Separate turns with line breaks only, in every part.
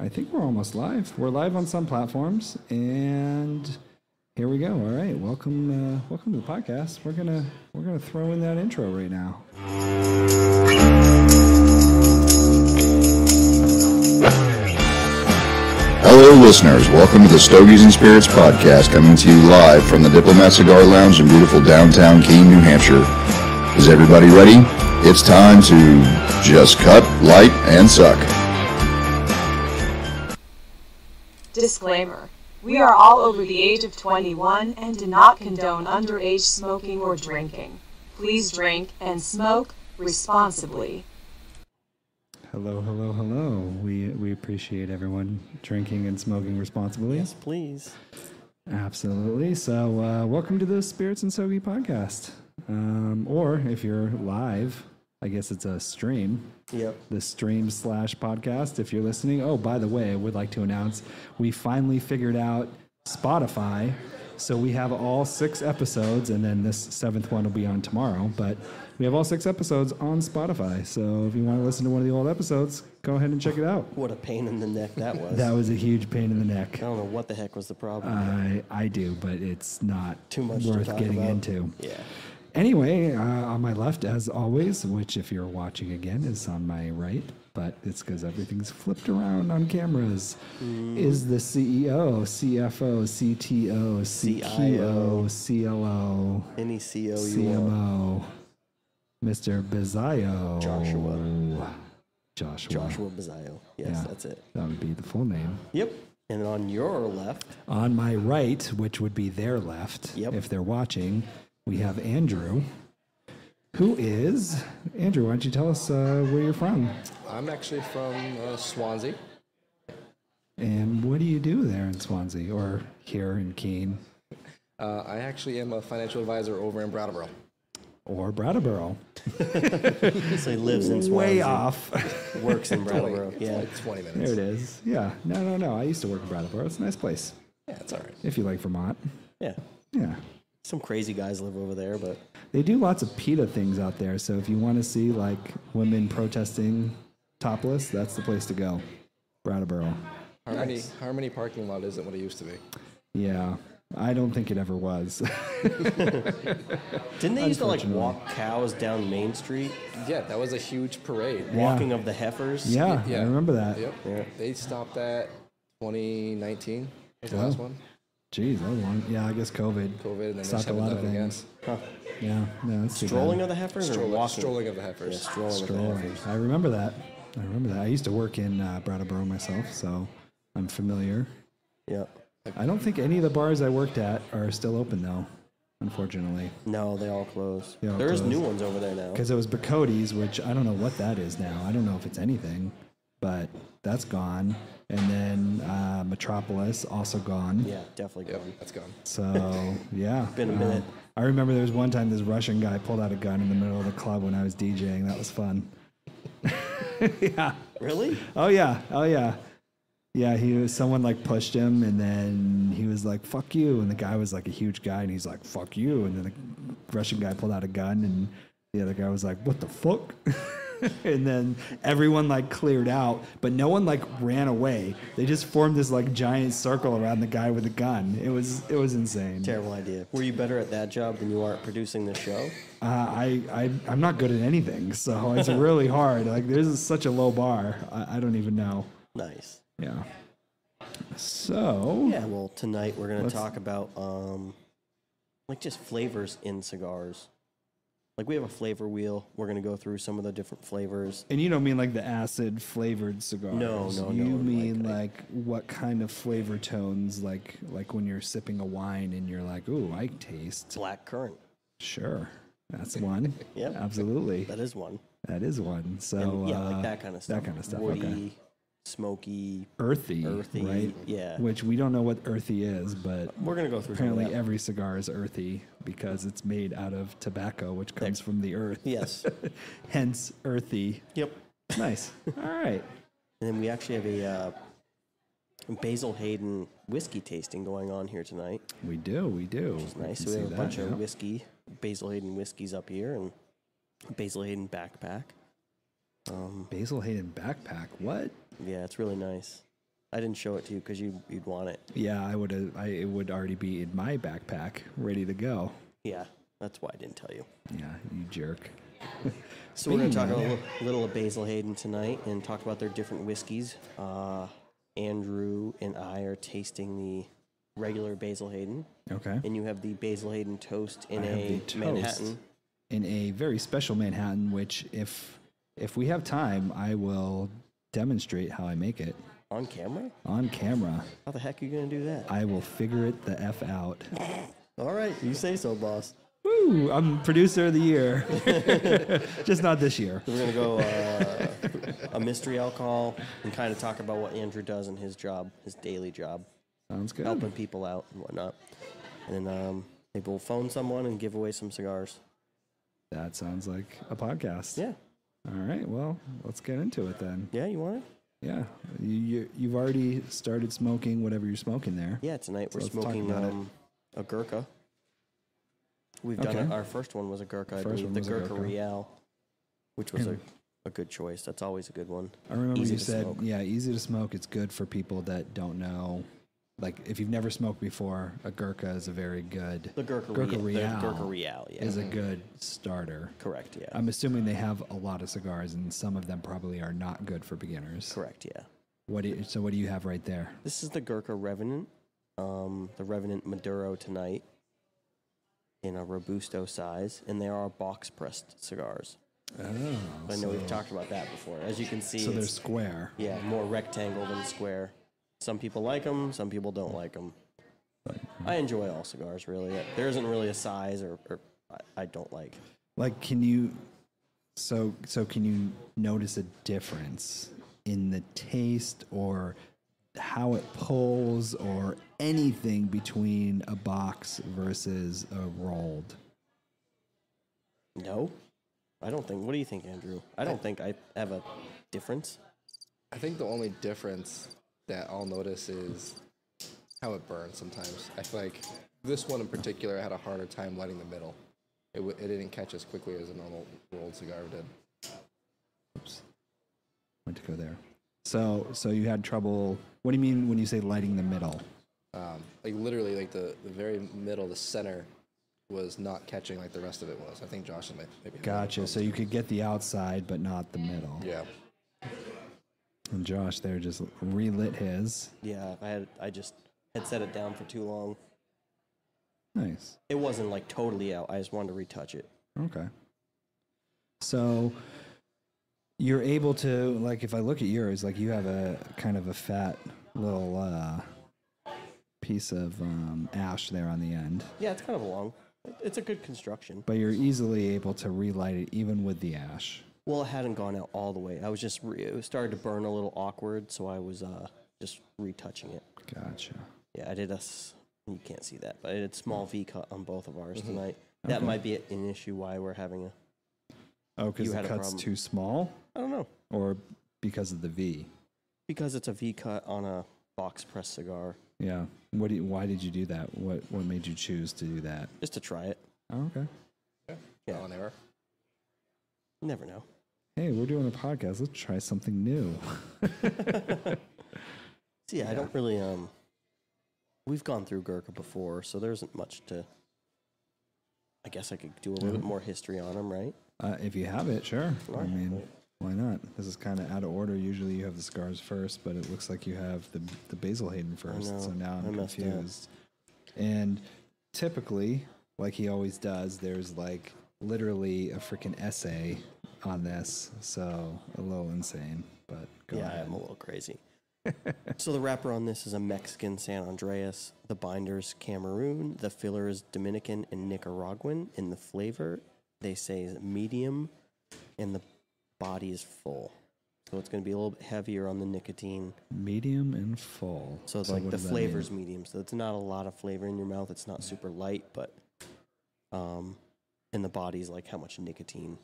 I think we're almost live. We're live on some platforms, and here we go. All right, welcome, uh, welcome to the podcast. We're gonna we're gonna throw in that intro right now.
Hello, listeners. Welcome to the Stogies and Spirits podcast, coming to you live from the Diplomat Cigar Lounge in beautiful downtown Keene, New Hampshire. Is everybody ready? It's time to just cut, light, and suck.
Disclaimer. We are all over the age of 21 and do not condone underage smoking or drinking. Please drink and smoke responsibly.
Hello, hello, hello. We we appreciate everyone drinking and smoking responsibly.
Yes, please.
Absolutely. So, uh, welcome to the Spirits and Sogi podcast. Um, or if you're live, I guess it's a stream.
Yep.
the stream slash podcast if you're listening. Oh, by the way, I would like to announce we finally figured out Spotify. So we have all six episodes, and then this seventh one will be on tomorrow. But we have all six episodes on Spotify. So if you want to listen to one of the old episodes, go ahead and check it out.
What a pain in the neck that was.
That was a huge pain in the neck.
I don't know what the heck was the problem.
I, I do, but it's not
Too much to
worth
talk
getting
about.
into.
yeah.
Anyway, uh, on my left, as always, which if you're watching again is on my right, but it's because everything's flipped around on cameras,
Mm.
is the E CEO, CFO, CTO, CQO, CLO,
Any CO you
CMO,
want.
Mr. Bizio.
Joshua.
Joshua.
Joshua Bazio. Yes,
Yeah.
that's it.
That would be the full name.
Yep. And on your left,
On my right, which would be their left,
Yep.
if they're watching, we have Andrew, who is Andrew. Why don't you tell us uh, where you're from
I'm actually from uh, Swansea.
and what do you do there in Swansea or here in Keene
Uh, I actually am a financial advisor over in Brattleboro.
or Brattleboro?
so he lives in Swansea,
Way off.
works in Brattleboro.
It's
yeah.
like 20 minutes.
there it is. Yeah. No, no, no. I used to work in Brattleboro. It's a nice place
Yeah, it's all right.
if you like Vermont.
Yeah.
Yeah.
Some crazy guys live over there, but
They do lots of PETA things out there. So if you want to see like women protesting topless, that's the place to go. Brattleboro.
Harmony, Harmony parking lot isn't what it used to be.
Yeah, I don't think it ever was.
didn't they used to like walk cows down Main Street,
Yeah, that was a huge parade.
walking of the heifers?
yeah,
Yeah.
I remember that.
Yep. They stopped that 2019 was the last one.
Jeez, that was long. Yeah, I guess COVID.
COVID, and then they
Stopped
just
a
haven't
lot
done
of
it again.
things. Yeah, no, that's too bad.
Strolling of the heifers or
Strolling,
walking?
strolling of the
Yeah,
heifers.
strolling, of the
Strolling.
heifers.
I remember that. I remember that. I used to work in uh, Brattleboro myself, so I'm familiar.
Yeah.
I don't think any of the bars I worked at are still open though, unfortunately,
No, they all closed.
They all
There's
closed.
new ones over there now.
because it was Bacody's, which I don't know what that is now. I don't know if it's anything, but that's gone. And then uh, Metropolis also gone.
Yeah, definitely
Yep,
gone.
that's gone.
So yeah,
Been a
um,
minute.
I remember there was one time this Russian guy pulled out a gun in the middle of the club when I was DJing. That was fun. yeah.
Really?
Oh yeah. Oh yeah. Yeah. He was someone like pushed him, and then he was like "fuck you," and the guy was like a huge guy, and he's like "fuck you," and then the Russian guy pulled out a gun, and the other guy was like "what the fuck." And then everyone like cleared out, but no one like ran away. They just formed this like giant circle around the guy with the gun. It was it was insane.
Terrible idea. Were you better at that job than you are at producing the show?
Uh, I, I I'm not good at anything, so it's really hard. Like there's such a low bar. I, I don't even know.
Nice.
Yeah. So
Yeah. Well, tonight we're gonna
Let's-
talk about um, like just flavors in cigars. Like we have a flavor wheel. We're gonna go through some of the different flavors.
and you don't mean like the acid flavored cigars.
No, no,
You
no, like,
mean
I-
like what kind of flavor tones? Like like when you're sipping a wine and you're like, ooh, I taste.
Black currant.
Sure, that's one.
Yep.
absolutely.
That is one.
That is one. So
And, yeah,
uh,
like that kind of stuff.
That kind of stuff.
Woody,
Okay.
smoky.
Earthy,
earthy,
right?
yeah.
Which we don't know what earthy is, but
We're gonna go through. some of
Apparently,
that.
every cigar is earthy because it's made out of tobacco, which comes from the earth.
Yes.
Hence, earthy.
yep.
Nice. All right.
And then we actually have a uh, Basil Hayden whiskey tasting going on here tonight.
We do. We do. We
Nice.
can
So we
see
have a
that,
bunch
yeah.
of whiskey, Basil Hayden whiskeys up here, and Basil Hayden backpack. Um,
Basil Hayden backpack. What?
yeah, it's really nice. I didn't show it to you because you you'd want it.
Yeah, I would have. I it would already be in my backpack, ready to go.
Yeah, that's why I didn't tell you.
Yeah, you jerk.
So we're going to talk
Speaking
a
of-
little, little of Basil Hayden tonight and talk about their different whiskeys. Uh, Andrew and I are tasting the regular Basil Hayden,
Okay.
and you have the Basil Hayden toast in
I have the
a
toast.
Manhattan.
in a very special Manhattan, which if if we have time, I will demonstrate how I make it
On camera?
on camera.
How the heck are you going to do that?
I will figure it the f out.
All right, you say so, boss.
Woo! I'm producer of the year. Just not this year.
We're going to go uh, a mystery alcohol and kind of talk about what Andrew does in his job, his daily job,
Sounds good.
helping people out and whatnot. And then um, maybe we'll phone someone and give away some cigars.
That sounds like a podcast.
Yeah.
All right. Well, let's get into it then.
Yeah, you want it?
Yeah. You, you you've already started smoking whatever you're smoking there.
Yeah, tonight we're
let's talk
smoking
about it.
um, a Gurkha. We've done
Okay.
a, our first one was a Gurkha, I
First
believe
one
the
was a
Gurkha
Gurkha.
Real, which was a,
And-
a good choice. That's always a good one.
I remember
Easy
you
to
said,
smoke.
yeah, easy to smoke. It's good for people that don't know. Like, if you've never smoked before, a Gurkha is a very good.
The Gurkha,
Gurkha
Real,
Real
the Gurkha Real, yeah,
is a good starter.
correct, yeah,
I'm assuming they have a lot of cigars, and some of them probably are not good for beginners.
correct, yeah.
What do you, so? What do you have right there?
This is the Gurkha Revenant, um, the Revenant Maduro tonight, in a robusto size, and they are box pressed cigars.
Oh,
I know we've talked about that before. As you can see,
so they're
it's-
square.
yeah, more rectangle than square. Some people like them, some people don't like them. But I
hmm.
enjoy all cigars, really. There isn't really a size or, or I- I don't like.
Like, can you? So, so can you notice a difference in the taste or how it pulls or anything between a box versus a rolled?
No, I don't think. What do you think, Andrew? I don't think I have a difference.
I think the only difference that I'll notice is how it burns sometimes. I feel like this one in particular, I had a harder time lighting the middle. It, w- it didn't catch as quickly as a normal rolled cigar did.
Oops, went to go there. So, so you had trouble. What do you mean when you say lighting the middle?
Um, like literally, like the, the very middle, the center was not catching like the rest of it was. I think Josh and maybe
Gotcha. So you could get the outside, but not the middle.
yeah.
And Josh there just relit his.
Yeah, I had. I just had set it down for too long.
Nice.
It wasn't like totally out. I just wanted to retouch it.
Okay. So you're able to like if I look at yours, like you have a kind of a fat little uh piece of um ash there on the end.
Yeah, it's kind of long. It- It's a good construction.
But you're easily able to relight it even with the ash.
Well, it hadn't gone out all the way. I was just re- it started to burn a little awkward, so I was uh, just retouching it.
Gotcha.
Yeah, I did a. s- You can't see that, but I did small V cut on both of ours tonight. That might be an issue why we're having a.
Oh, because
You
the
had a
cut's
problem.
too small
I don't know
or because of the V.
because it's a V cut on a box press cigar,
Yeah. What do you, why did you do that? What what made you choose to do that?
just to try it.
Oh, okay.
Trial and error.
You never know.
Hey, we're doing a podcast. Let's try something new.
So yeah, I don't really um. We've gone through Gurkha before, so there isn't much to. I guess I could do a little
Mm-hmm.
bit more history on them, right?
Uh, if you have it, sure. I
Right.
mean, why not? This is kind of out of order. Usually you have the scars first, but it looks like you have the the Basil Hayden first.
know.
So now
I
I'm
messed up.
confused. And typically, like he always does, there's like literally a freaking essay on this. So a little insane, but go
yeah,
ahead.
I'm a little crazy. so the wrapper on this is a Mexican San Andreas. The binder's Cameroon. The filler is Dominican and Nicaraguan. In the flavor, they say is medium, and the body is full. So it's going to be a little bit heavier on the nicotine.
Medium and full.
So, it's
what
like the
does that mean?
flavor's medium. So it's not a lot of flavor in your mouth. It's not super light, but um, and the body's like how much nicotine.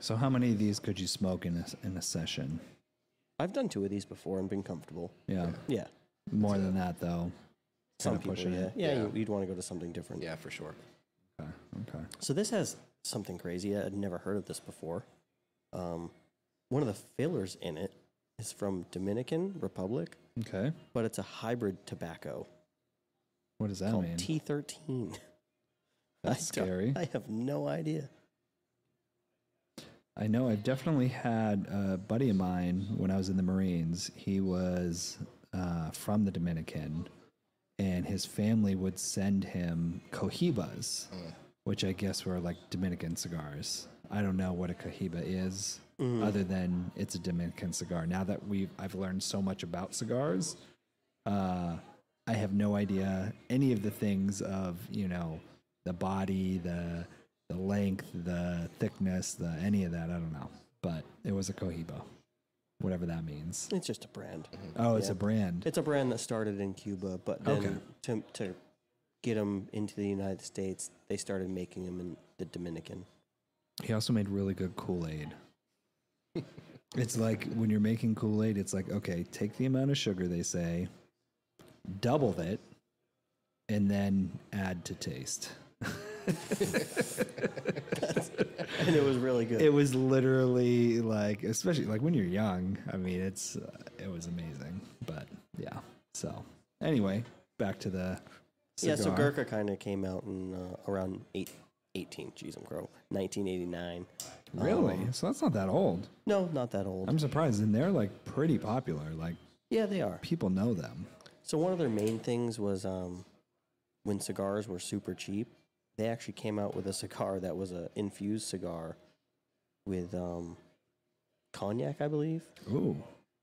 So how many of these could you smoke in a, s- in a session?
I've done two of these before and been comfortable.
Yeah.
Yeah.
More than that though.
Some
Kinda
people,
pushing
yeah.
it.
Yeah, you- you'd want to go to something different.
Yeah, for sure.
Okay. Okay.
So this has something crazy. I'd never heard of this before. Um, one of the fillers in it is from Dominican Republic,
Okay.
but it's a hybrid tobacco
What does that
called
mean?
T13.
That's
I don't-
scary.
I have no idea.
I know I've definitely had a buddy of mine when I was in the Marines. He was uh, from the Dominican, and his family would send him cohibas, which I guess were like Dominican cigars. I don't know what a cohiba is, other than it's a Dominican cigar. Now that we I've learned so much about cigars, uh, I have no idea any of the things of you know the body, the the length, the thickness, the any of that. I don't know, but it was a cohiba, whatever that means.
It's just a brand.
Oh, it's a brand.
It's a brand that started in Cuba, but then
Okay.
to to get them into the United States, they started making them in the Dominican.
He also made really good Kool Aid. it's like when you're making Kool Aid, it's like okay, take the amount of sugar they say, double it, and then add to taste.
and it was really good.
it was literally like especially like when you're young i mean it's uh, it was amazing but yeah so anyway back to the
yeah,
cigar.
so Gurkha kind of came out in uh, around eight, 18, jeez, I'm crow, 1989.
really
Um,
so that's not that old
no, not that old.
i'm surprised and they're like pretty popular like
yeah, they are.
people know them
So one of their main things was um, when cigars were super cheap, they actually came out with a cigar that was a infused cigar with um, cognac, I believe.
ooh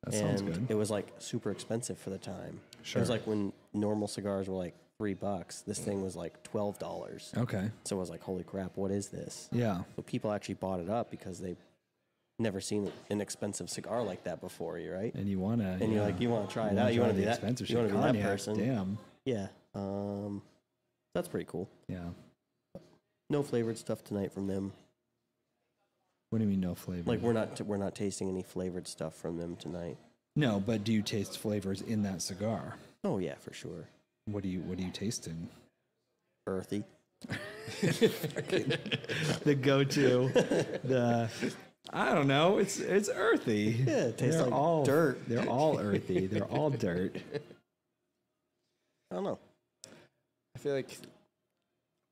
that sounds
and
good
It was like super expensive for the time. It
Sure.
was like when normal cigars were like three bucks. This thing was like twelve dollars.
okay
So I was like, "Holy crap! What is this?"
yeah
But people actually bought it up because they never seen an expensive cigar like that before. You right?
and you want to
And you're like, you want to try it out. You want to be that.
expensive
You
shit.
want to be that
Cognac,
person.
damn
Yeah. Um, that's pretty cool.
yeah
No flavored stuff tonight from them.
what do you mean no flavor
Like we're not we're not tasting any flavored stuff from them tonight.
no but do you taste flavors in that cigar
Oh yeah, for sure.
what do you what are you tasting
Earthy.
the go-to. the I don't know. It's it's earthy.
Yeah, it tastes
they're
like
all
dirt.
They're all earthy. They're all dirt.
I don't know.
I feel like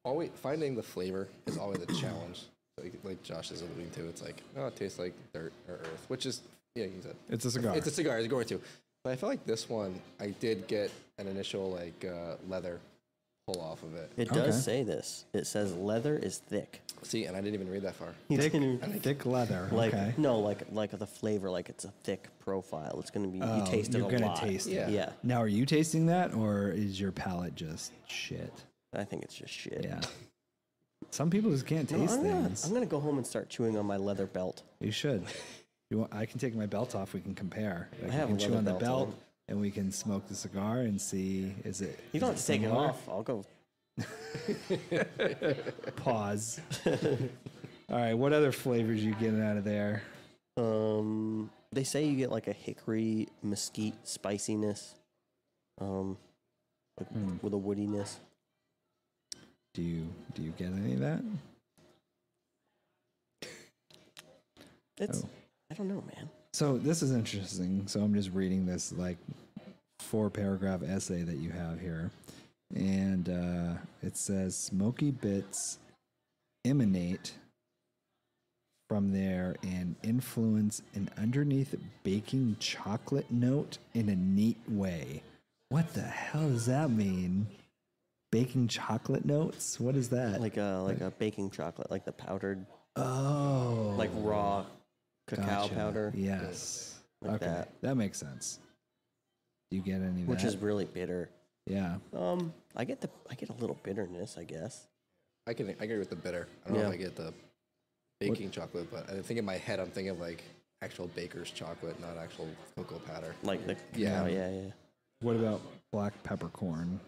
always finding the flavor is always a challenge. Like, like Josh is alluding to, it's like, oh, it tastes like dirt or earth, which is, yeah, you said.
It's a cigar.
It's a cigar, it's going to. But I feel like this one, I did get an initial, like, uh, leather pull off of it.
It does say this. It says leather is thick.
See, and I didn't even read that far.
You
thick,
didn't-
thick leather.
like
okay.
no, like like the flavor, like it's a thick profile. It's gonna be you
Oh,
taste it
you're
a
gonna
lot.
taste it.
yeah.
Yeah.
yeah,
Now, are you tasting that, or is your palate just shit?
I think it's just shit.
Yeah. Some people just can't
No,
taste
I'm, gonna,
things.
I'm gonna go home and start chewing on my leather belt.
You should. You want, I can take my belt off. We can compare. Like,
have
you can
a
chew
leather
on the
belt
belt,
on.
and we can smoke the cigar and see is it.
You
is
don't have to take it
similar?
off. I'll go.
Pause. All right. What other flavors you getting out of there?
Um, they say you get like a hickory mesquite spiciness, um, like,
Hmm.
with a woodiness.
Do you do you get any of that?
It's
Oh.
I don't know, man.
So this is interesting. So I'm just reading this like four paragraph essay that you have here, and uh, it says smoky bits emanate from there and influence an underneath baking chocolate note in a neat way. What the hell does that mean? Baking chocolate notes? What is that?
Like a like a baking chocolate, like the powdered,
oh,
like raw cacao
Gotcha.
powder,
Yes.
Like
okay. That.
that.
makes sense. Do you get any of
which
that?
is really bitter.
yeah.
Um, I get the I get a little bitterness, I guess.
I can I agree with the bitter. I don't know if
Yeah.
I get the baking chocolate, but I think in my head I'm thinking of like actual baker's chocolate, not actual cocoa powder.
Like the
Yeah.
yeah, yeah, yeah.
What about black peppercorn?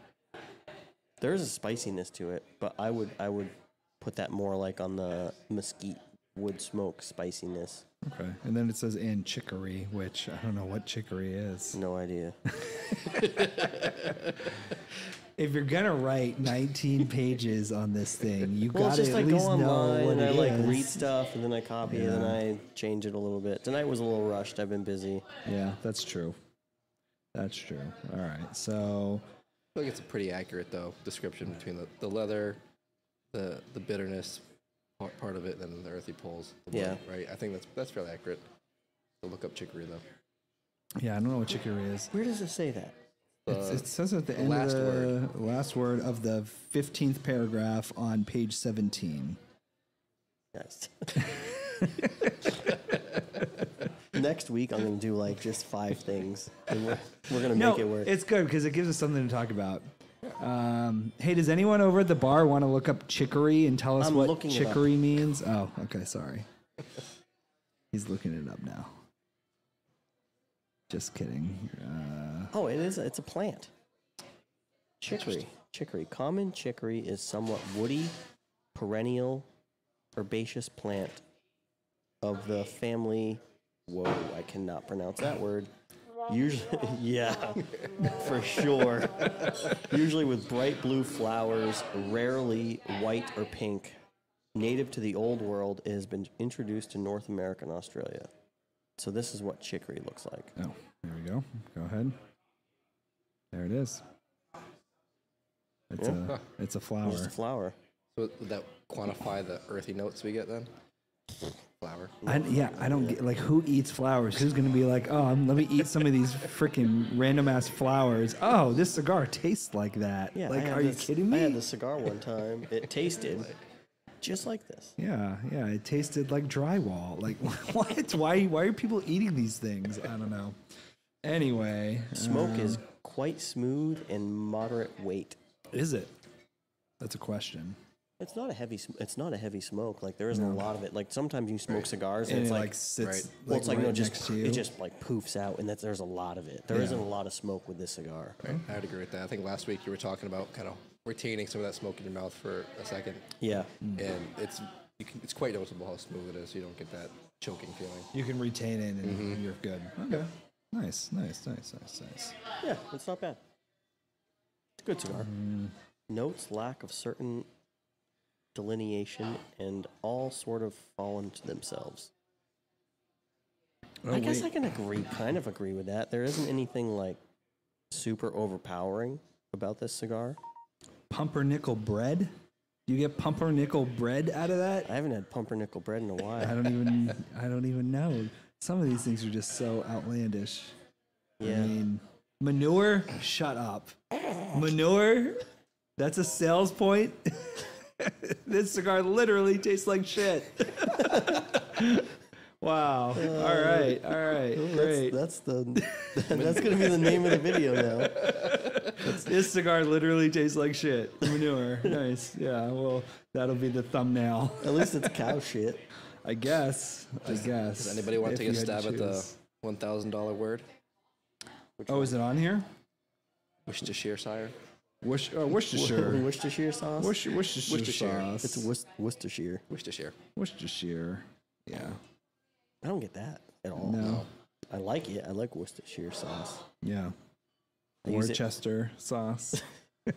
There is a spiciness to it, but I would I would put that more like on the mesquite wood smoke spiciness.
Okay. And then it says and chicory, which I don't know what chicory is.
No idea.
if you're gonna write 19 pages on this thing, you
Well, it's
gotta
just
at
I go
least know
online
what
and I
it
like
is.
read stuff and then I copy and then I change it a little bit. Tonight was a little rushed. I've been busy.
Yeah, that's true. That's true. All right, so
I feel like it's a pretty accurate though description between the, the leather, the the bitterness part, part of it, and then the earthy poles. the wood,
Yeah.
right. I think that's that's fairly accurate. So look up chicory though.
yeah, I don't know what chicory is.
Where does it say that? Uh,
It's, it says at the, end
last
of the last word of the 15th paragraph on page 17.
Next. Next week I'm gonna do like just five things. And we're, we're gonna make it work.
it's good because it gives us something to talk about. Um, hey, does anyone over at the bar want to look up chicory and tell us
I'm
what
looking it up.
chicory means? Oh, okay, sorry. He's looking it up now. Just kidding. Uh,
Oh, it is. It's a plant. Chicory. Chicory. Common chicory is somewhat woody, perennial, herbaceous plant of the family. Whoa, I cannot pronounce that word. Usually, yeah, for sure. Usually with bright blue flowers, rarely white or pink. Native to the old world, it has been introduced to North America and Australia. So this is what chicory looks like.
oh, there we go. Go ahead. There it is. It's a it's a flower.
Just a flower.
So would that quantify the earthy notes we get then? Flower.
I, yeah, I don't get like who eats flowers. Who's gonna be like, oh, um, let me eat some of these freaking random ass flowers. Oh, this cigar tastes like that.
Yeah, I
like,
had
are you
this-
kidding
I
me?
had the cigar one time. It tasted just like this.
Yeah, yeah, it tasted like drywall. Like, what? Why? Why are people eating these things? I don't know. Anyway, uh,
Smoke is
Um.
quite smooth and moderate weight.
is it? That's a question.
It's not a heavy. sm- It's not a heavy smoke. Like there isn't a lot of it. Like sometimes you smoke cigars and,
And
it's
it
like,
like, sits
right.
like,
well, it's like
right
no, just
next to you.
it just like poofs out, and that's there's a lot of it. There not a lot of smoke with this cigar.
Right. I would agree with that. I think last week you were talking about kind of retaining some of that smoke in your mouth for a second,
Yeah,
and it's you can, it's quite noticeable how smooth it is. You don't get that choking feeling.
you can retain it, and
Mm-hmm.
you're good. Okay, nice, nice, nice, nice, nice.
yeah, it's not bad. It's a good cigar. Notes lack of certain delineation and all sort of fall into themselves.
Oh,
I guess
wait.
I can agree, kind of agree with that. There isn't anything like super overpowering about this cigar.
pumpernickel bread. Do you get pumpernickel bread out of that?
I haven't had pumpernickel bread in a
I
while.
don't even. I don't even know. Some of these things are just so outlandish. I
Yeah,
mean, manure. Shut up. Manure. That's a sales point. this cigar literally tastes like shit. wow. all right. All right. Great.
that's the that's gonna be the name of the video now.
This cigar literally tastes like shit. Manure. nice. Yeah. Well, that'll be the thumbnail.
At least it's cow shit.
I guess. I guess.
Does anybody want
If
to
you
take a
had
stab at the
choose.
one thousand dollar word?
Oh, is it on here?
Worcestershire sire.
Worc- oh, Worcestershire.
Worcestershire sauce.
Worc- Worcestershire.
Worcestershire.
sauce.
it's Wor- Worcestershire.
Worcestershire.
Worcestershire. Yeah.
I don't get that at all.
No.
I like it. I like Worcestershire sauce.
Yeah.
I use it-
Worcester sauce.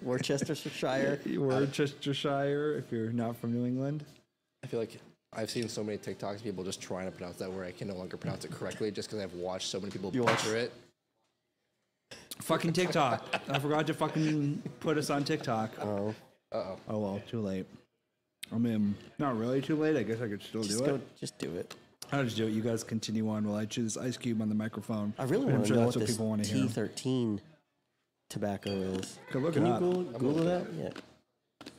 Worcestershire.
Worcestershire, if you're not from New England.
I feel like I've seen so many TikToks of people just trying to pronounce that word. I can no longer pronounce it correctly just because I've watched so many people
You watch-
butcher it.
Fucking TikTok. I forgot to fucking put us on TikTok. Oh. Uh-oh. Oh, well, too late. I mean, not really too late. I guess I could still
Just
do
go.
it.
Just do it.
I'll just do it. You guys continue on while I chew this ice cube on the microphone.
I really
I'm
want to
sure
know
that's
what
what
this
people want to hear.
T13 tobacco is.
Go look
Can
it
you
up.
Google, Google that? Yeah.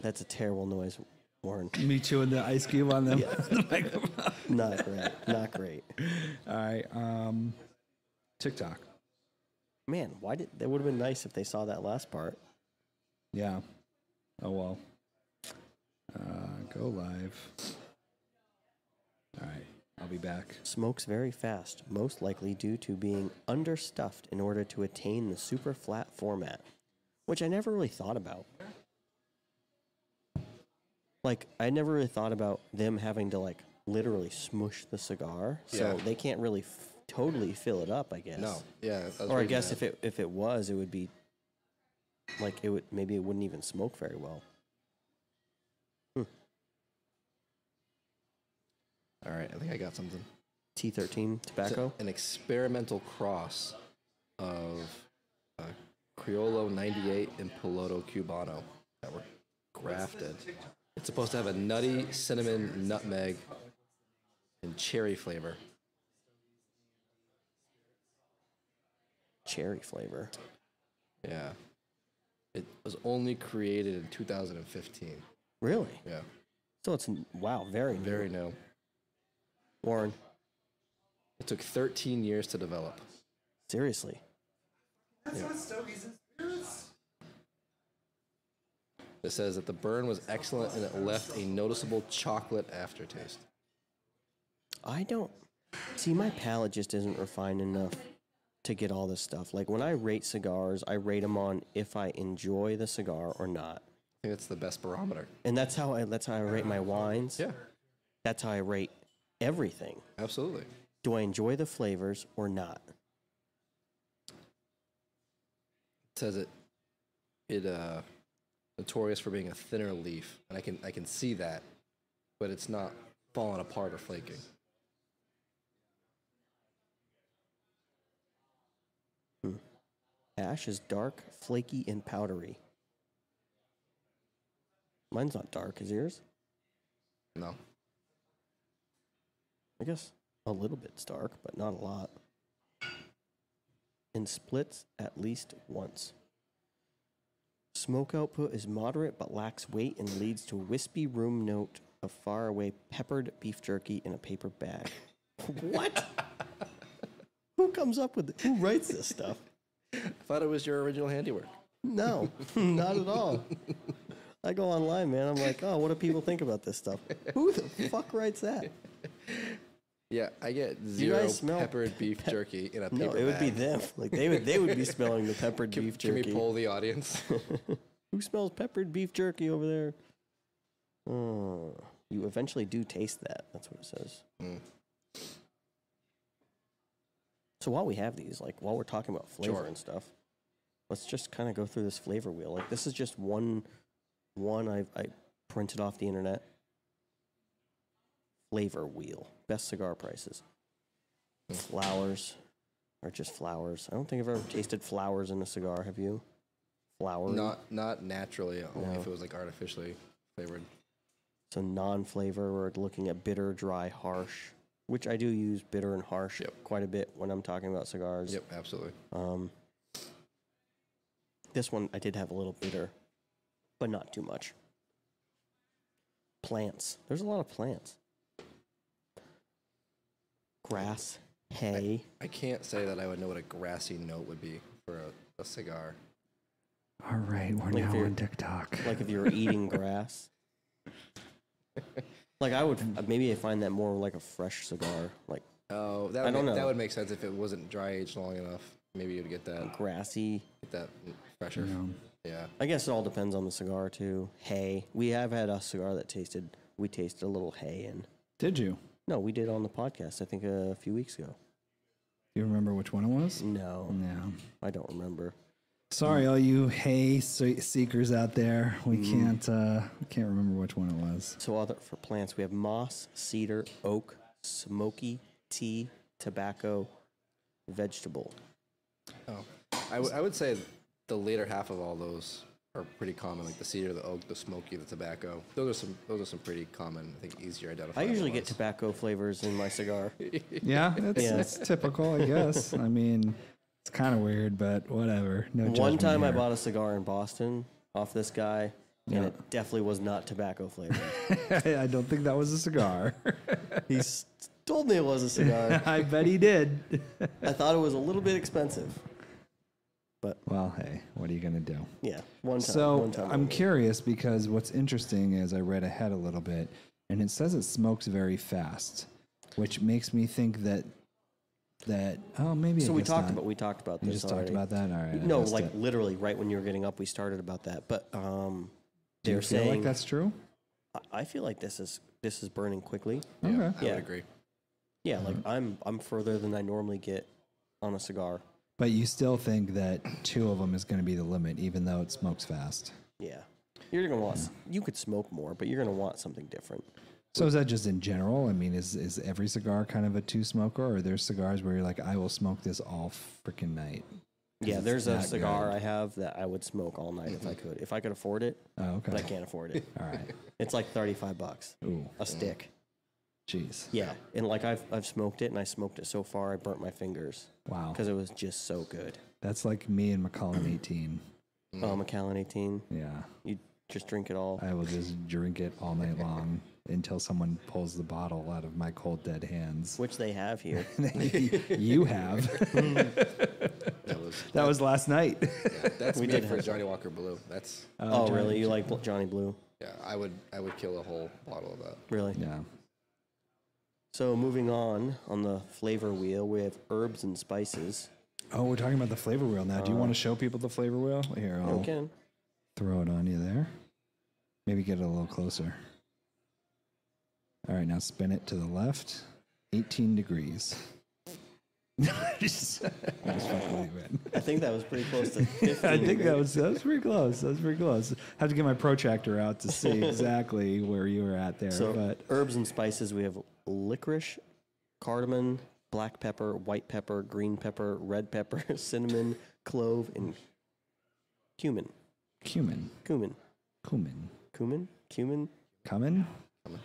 That's a terrible noise, Warren.
Me chewing the ice cube on them. the microphone.
Not great. Not great.
All right. Um, TikTok.
Man, why did that would have been nice if they saw that last part.
Yeah. Oh well. Uh, go live. All right. I'll be back.
Smokes very fast, most likely due to being understuffed in order to attain the super flat format, which I never really thought about. Like, I never really thought about them having to, like, literally smush the cigar. So
Yeah.
they can't really f- totally fill it up, I guess.
No. Yeah. was
or I
reading
guess
that.
if it if it was, it would be Like it would maybe it wouldn't even smoke very well.
All right, I think I got something.
T thirteen
It's a-
tobacco.
an experimental cross of uh, Criollo 98 and Piloto Cubano that were grafted. It's supposed to have a nutty cinnamon, nutmeg, and cherry flavor.
Cherry flavor.
Yeah. It was only created in 2015.
Really?
Yeah.
So it's n- wow, very new.
Very new.
Warren.
It took 13 years to develop.
Seriously.
It says that the burn was excellent and it left a noticeable chocolate aftertaste.
I don't see my palate just isn't refined enough to get all this stuff. Like when I rate cigars, I rate them on if I enjoy the cigar or not,
I think it's the best barometer.
and that's how I that's how I rate my wines.
Yeah,
That's how I rate everything.
absolutely.
Do I enjoy the flavors or not?
says it it uh notorious for being a thinner leaf and i can i can see that but it's not falling apart or flaking
Ash is dark, flaky, and powdery. Mine's not dark. Is yours?
no
I guess a little bit's dark, but not a lot. And splits at least once. Smoke output is moderate but lacks weight and leads to a wispy room note of faraway peppered beef jerky in a paper bag. what? Who comes up with Who writes this stuff?
i thought it was your original handiwork
No, not at all. I go online, man. I'm like, oh, what do people think about this stuff? Who the fuck writes that?
yeah i get zero
guys smell
peppered beef jerky in a paper
No, it would be
bag.
them. Like they would, they would be smelling the peppered
can,
beef
can
jerky.
we poll the audience
Who smells peppered beef jerky over there? Oh, you eventually do taste that. That's what it says.
Hmm.
So while we have these, like while we're talking about flavor
Sure.
and stuff, let's just kind of go through this flavor wheel. Like this is just one, one I I printed off the internet. Flavor wheel, best cigar prices. Flowers are just flowers. I don't think I've ever tasted flowers in a cigar. Have you? Flowers.
not not naturally uh, only
No.
if it was like artificially flavored
So non-flavor, we're looking at bitter, dry, harsh, which I do use bitter and harsh
Yep.
quite a bit when I'm talking about cigars.
yep absolutely
Um, this one I did have a little bitter, but not too much. Plants. There's a lot of plants. Grass, hay.
i can't say that i would know what a grassy note would be for a, a cigar
All right, we're
Like
now
they're-
on TikTok.
like if you were eating grass. Like I would maybe I find that more like a fresh cigar, like
oh that
I
would,
don't
ma- that
know.
would make sense if it wasn't dry aged long enough maybe you'd get that
grassy.
get that fresher yeah.
I guess it all depends on the cigar too. Hay. We have had a cigar that tasted. We tasted a little hay in.
Did you?
No, we did on the podcast. I think a few weeks ago.
Do you remember which one it was?
No,
No.
I don't remember.
Sorry, all you hay se- seekers out there. We can't. Uh, we can't remember which one it was.
So other for plants, we have moss, cedar, oak, smoky, tea, tobacco, vegetable.
Oh, I, w- I would say the later half of all those are pretty common, like the cedar, the oak, the smoky, the tobacco. Those are some. Those are some pretty common. I think easier
I
identifiable.
usually get
ones.
tobacco flavors in my cigar.
Yeah, that's,
Yeah.
that's typical, I guess. I mean, it's kind of weird, but whatever. No.
One
judgment
time I
here.
bought a cigar in Boston off this guy, and it definitely was not tobacco flavored.
I don't think that was a cigar.
he s- told me it was a cigar.
I bet he did.
I thought it was a little bit expensive.
Well, hey, what are you gonna do?
Yeah, one time.
So
one time
I'm
only.
curious because what's interesting is I read ahead a little bit, and it says it smokes very fast, which makes me think that that oh maybe.
So
I
we
guess
talked
not.
about we talked about
We
this.
just talked
already.
about that. All right. I
No,
missed
like
it.
literally right when you were getting up, we started about that. But um,
do you
they're
feel
saying
like that's true?
I- I feel like this is this is burning quickly.
Yeah,
Okay.
I
Yeah.
would agree.
Mm-hmm.
Yeah, like I'm I'm further than I normally get on a cigar.
But you still think that two of them is going to be the limit, even though it smokes fast.
Yeah. You're gonna want. s- You could smoke more, but you're gonna want something different.
So is that just in general? I mean, is is every cigar kind of a two smoker, or are there cigars where you're like, I will smoke this all freaking night?
Yeah, there's a
not
cigar
good.
I have that I would smoke all night if I could, if I could afford it.
Oh,
But I
okay.
can't afford it.
All right.
It's like 35 bucks
Ooh,
a stick.
jeez.
Yeah, and like I've I've smoked it, and I smoked it so far I burnt my fingers
Wow.
because it was just so good.
That's like me and McCollum 18.
Oh, Macallan 18,
Yeah.
you just drink it all.
Mm. I will just drink it all night long until someone pulls the bottle out of my cold, dead hands.
which they have here.
you have.
That was
That was last night.
yeah, that's
We
me
did
for
have-
Johnny Walker Blue. That's
oh, really? You like Bl- Johnny Blue?
yeah. I would I would kill a whole bottle of that.
Really?
Yeah.
So moving on on the flavor wheel, we have herbs and spices.
Oh, we're talking about the flavor wheel now. Do you want to show people the flavor wheel? Here, I'll
Uh, Okay.
throw it on you there. Maybe get it a little closer. All right, now spin it to the left. 18 degrees. Just- I just fucking with you, man.
I think that was pretty close to 15.
I think that was that was pretty close. That was pretty close. have to get my protractor out to see exactly where you were at there.
So
but
herbs and spices, we have licorice, cardamom, black pepper, white pepper, green pepper, red pepper, cinnamon, clove, and cumin.
cumin,
Cumin.
cumin,
Cumin? Cumin?
cumin.
I'm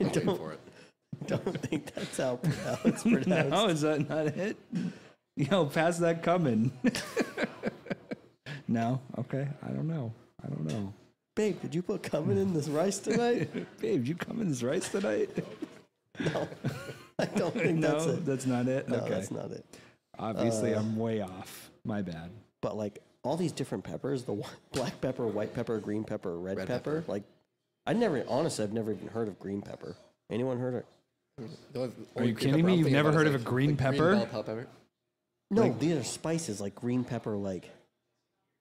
waiting for it.
Don't think that's how it's pronounced.
Oh, is that not it? Yo, pass that cumin. no, okay. I don't know. I don't know.
Babe, did you put cumin in this rice tonight?
Babe, you cumin this rice tonight?
no. I don't think
no,
that's it.
not it.
No,
okay,
that's not it. Uh.
obviously I'm way off. My bad.
But like all these different peppers, the wh- black pepper, white pepper, green pepper, red, pepper, like I never honestly I've never even heard of green pepper. Anyone heard of
The only-
Are
only
you
green
kidding
pepper
me? You've
I'm thinking
never
about
heard
is
of a
like-
green
like
pepper?
bell pepper?
No, these are spices like green pepper like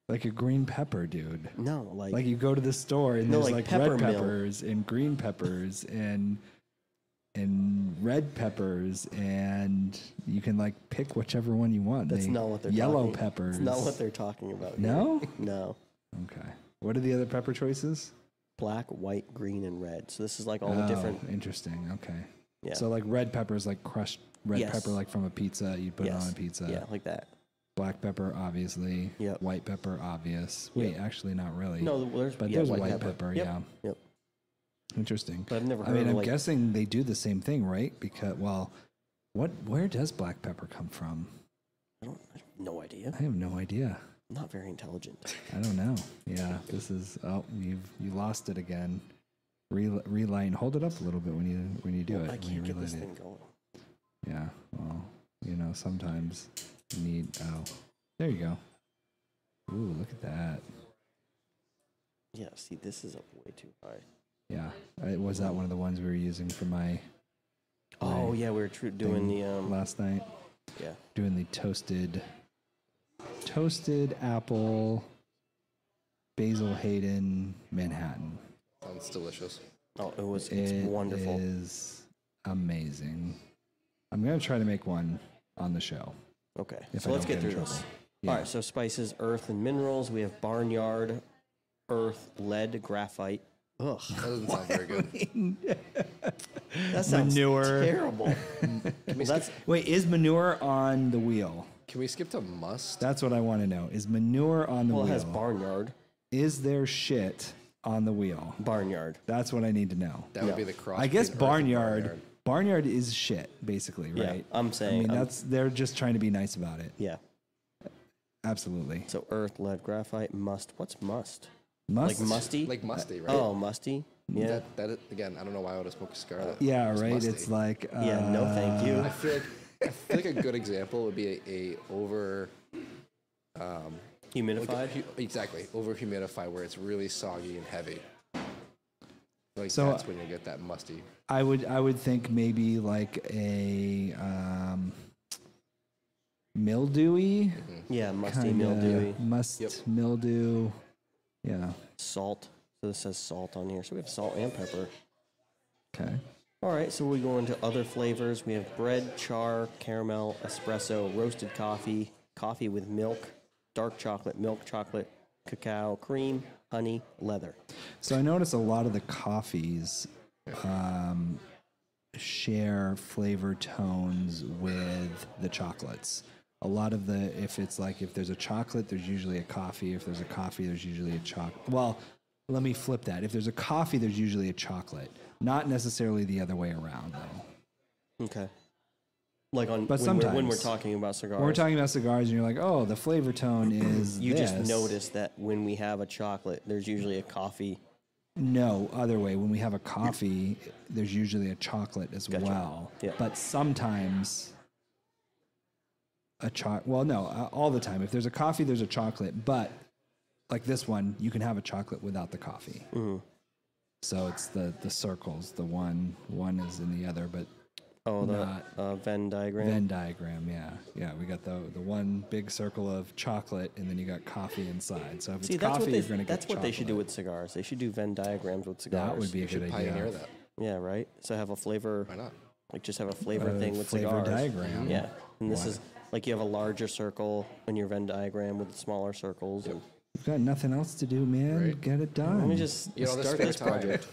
Like a green pepper, dude.
no, like,
Like you go to the store and
No,
there's
like
like,
pepper
red
mill.
peppers and green peppers and and red peppers and you can like pick whichever one you want.
that's
They-
not what they're
yellow
talking.
peppers.
It's not what they're talking about. here.
No?
No.
Okay. What are the other pepper choices?
Black, white, green and red. So this is like all the
Oh,
different
Interesting. Okay.
yeah.
So like red pepper is like crushed red
Yes.
pepper like from a pizza. You put
yes.
it on a pizza.
Yeah, like that.
Black pepper, obviously.
Yep.
White pepper, obvious. Wait, actually, not really.
No, there's
but
yeah,
there's
white,
white,
pepper.
pepper.
Yep.
yeah.
Yep.
Interesting.
But I've never
I
heard
mean,
of,
I'm
like-
guessing they do the same thing, right? Because well, what? Where does black pepper come from?
I don't I have no idea.
I have no idea.
I'm not very intelligent.
I don't know. Yeah, this is. Oh, you've you lost it again. Re- relight and hold it up a little bit when you when you do it.
I
when you
can't get this
relight it.
thing going.
Yeah. Well, you know, sometimes you need. Oh, there you go. Ooh, look at that.
Yeah, see this is up way too high.
Yeah. I, was that one of the ones we were using for my
Oh yeah, we were tr- doing the um
last night?
yeah.
Doing the toasted, toasted apple, Basil Hayden Manhattan.
Sounds delicious.
Oh, it was it's
It
wonderful.
is amazing. I'm gonna try to make one on the show.
okay,
if
so
I
let's
don't
get,
get in
through this.
trouble.
All right, so spices, earth, and minerals. We have barnyard, earth, lead, graphite. Ugh,
That doesn't sound very good.
that sounds
Manure.
terrible. well, that's
Wait, is manure on the wheel?
Can we skip to must?
That's what I want to know. Is manure on the
well, it
wheel?
has barnyard,
is there shit on the wheel?
barnyard.
That's what I need to know.
That would be the cross.
I guess
between Earth and
barnyard, barnyard. is shit, basically,
Yeah,
right?
I'm
I
saying.
mean,
I'm-
that's they're just trying to be nice about it.
yeah.
Absolutely.
So earth, lead, graphite, must. What's must?
Must.
Like musty.
Like musty, right?
oh, musty. Yeah.
That, that is- again, I don't know why I would have smoked a cigar. That
Yeah,
was
right.
musty.
It's like uh,
yeah. No, thank you.
I feel like I feel like a good example would be a, a over like a
Humidified.
hu- exactly over humidify where it's really soggy and heavy. Like
So,
that's
uh,
when you get that musty.
I would I would think maybe like a um, mildewy
yeah. Musty,
kinda
mildewy.
must mildew. Yeah.
salt. So this says salt on here. So we have salt and pepper.
Okay.
All right, so we go into other flavors. We have bread, char, caramel, espresso, roasted coffee, coffee with milk, dark chocolate, milk chocolate, cacao, cream, honey, leather.
So I notice a lot of the coffees um, share flavor tones with the chocolates. A lot of the, if it's like, if there's a chocolate, there's usually a coffee. If there's a coffee, there's usually a chocolate. Well, let me flip that. If there's a coffee, there's usually a chocolate. Not necessarily the other way around, though.
Okay. Like on
But
when, we're, when we're
sometimes-
talking about cigars,
When we're talking about cigars, and you're like, oh, the flavor tone is
you just
this.
notice that when we have a chocolate, there's usually a coffee.
No, other way. When we have a coffee, there's usually a chocolate as well.
Yeah.
But sometimes a choc. Well, no, uh, all the time. If there's a coffee, there's a chocolate. But like this one, you can have a chocolate without the coffee.
Mm-hmm.
So it's the the circles. The one one is in the other, but
Oh, the
Not-
uh, Venn diagram.
Venn diagram. Yeah, yeah. We got the the one big circle of chocolate, and then you got coffee inside. So if
See,
it's
that's
coffee,
what they,
you're gonna get
that's what they should do
chocolate.
with cigars. They should do Venn diagrams with cigars.
That would be a good
Pioneer
idea.
that.
yeah, right. So have a flavor,
Why not?
like just have a flavor
A
thing with
flavor
cigars.
diagram.
Yeah, and this is like you have a larger circle on your Venn diagram with smaller circles. and-
We've got nothing else to do, man. Get it done.
Let me just
You know, this
start
spare
this
time.
project.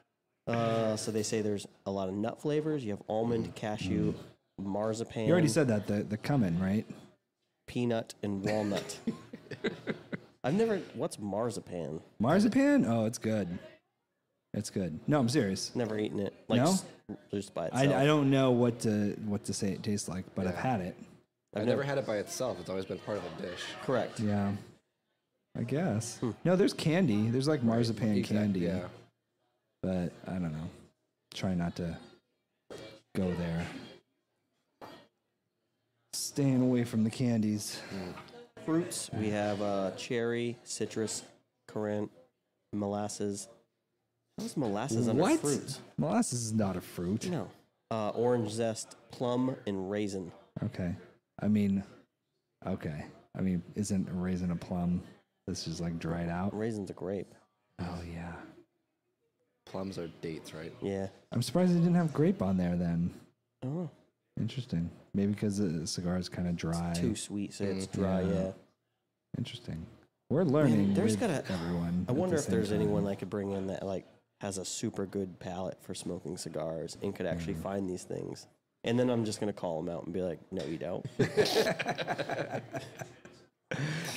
uh, so they say there's a lot of nut flavors. You have almond, cashew, marzipan,
Mm. You already said that the the cumin, right?
peanut, and walnut. I've never. What's marzipan?
Marzipan? Oh, it's good. It's good. No, I'm serious.
Never eaten it. Like
No?
s- just by
I,
itself.
I don't know what to what to say it tastes like, but I've had it.
I've never had it by itself. It's always been part of a dish.
Correct.
Yeah. I guess. No, there's candy. There's like marzipan candy.
Yeah.
But I don't know. Try not to go there. Staying away from the candies.
Fruits. We have uh, cherry, citrus, currant, molasses. How's molasses under
what?
fruits?
Molasses is not a fruit.
No. Uh, orange zest, plum, and raisin.
Okay. I mean, okay. I mean, isn't a raisin a plum? This is like dried out.
Raisin's a grape.
Oh yeah.
Plums are dates, right?
Yeah.
I'm surprised they didn't have grape on there then.
Oh.
Interesting. Maybe because the cigar is kind of dry.
too sweet, so it's
Mm-hmm.
dry.
Yeah.
Yeah.
Interesting. We're learning.
there's
with
gotta-
everyone.
I
at
wonder
the
if there's
same
anyone
time.
I could bring in that like has a super good palate for smoking cigars and could actually
Mm.
find these things. And then I'm just gonna call him out and be like, "No, you don't."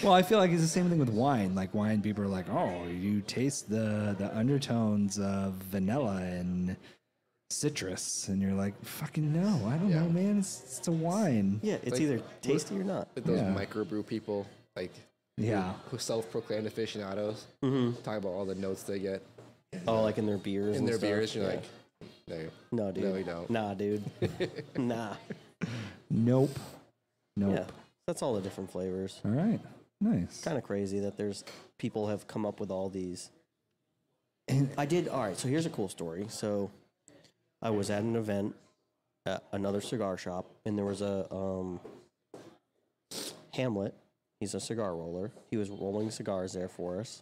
Well, I feel like it's the same thing with wine. Like wine, people are like, "Oh, you taste the the undertones of vanilla and citrus," and you're like, "Fucking no, I don't know, man. It's, it's a wine."
yeah, it's either tasty or not.
But those
Yeah.
microbrew people, like
yeah.
who self-proclaimed aficionados,
Mm-hmm.
talk about all the notes they get
Oh, like in their beers.
in
and
their
stuff.
beers. You're
Yeah.
like, no,
"No, dude.
no, you don't.
Nah, dude. nah.
Nope. Nope.
Yeah. That's all the different flavors.
All right. Nice.
Kind of crazy that there's people have come up with all these. I did. All right. So here's a cool story. So I was at an event at another cigar shop, and there was a um, Hamlet. He's a cigar roller. He was rolling cigars there for us.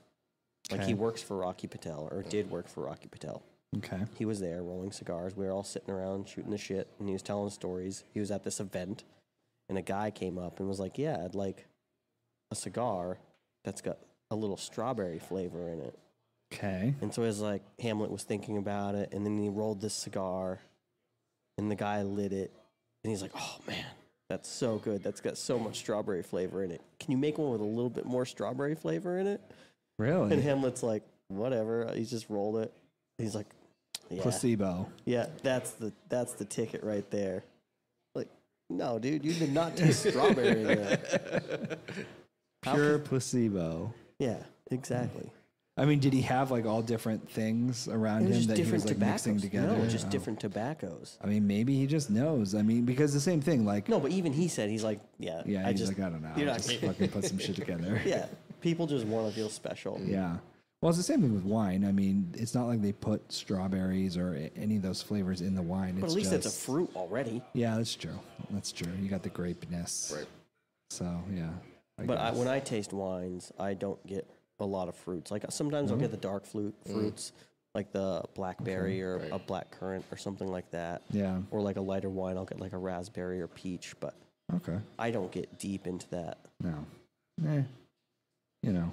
Like he works for Rocky Patel, or did work for Rocky Patel.
Okay.
He was there rolling cigars. We were all sitting around shooting the shit, and he was telling stories. He was at this event, and a guy came up and was like, "Yeah, I'd like a cigar that's got a little strawberry flavor in it."
Okay.
And so it was like Hamlet was thinking about it, and then he rolled this cigar, and the guy lit it, and he's like, "Oh man, that's so good. That's got so much strawberry flavor in it. Can you make one with a little bit more strawberry flavor in it?" And
Really?
Hamlet's like, "Whatever." He just rolled it. He's like, "Yeah."
Placebo.
Yeah, that's the that's the ticket right there. Like, no, dude, you did not taste strawberry in there.
Pure placebo.
Yeah, exactly.
I mean, did he have like all different things around
It was
him
just
that he
different
was like
tobaccos.
mixing together?
No, just
Oh.
different tobaccos.
I mean, maybe he just knows. I mean, because the same thing, like,
No, but even he said he's like, yeah,
yeah,
I
he's
just,
like, I don't know.
You're not
just
kidding.
fucking put some shit together.
yeah, people just want to feel special.
Yeah. Well, it's the same thing with wine. I mean, it's not like they put strawberries or a- any of those flavors in the wine.
but
it's
at least
just,
it's a fruit already.
Yeah, that's true. That's true. You got the grapeness. Right. So, yeah. I
But I,
guess. Mm-hmm.
when
Mm.
I taste wines, I don't get a lot of fruits. Like sometimes I'll get the dark fruit fruits, like the blackberry or a
right.
black currant or something like that.
Yeah.
Or like a lighter wine, I'll get like a raspberry or peach, but
Okay.
I don't get deep into that.
No. Eh. You know.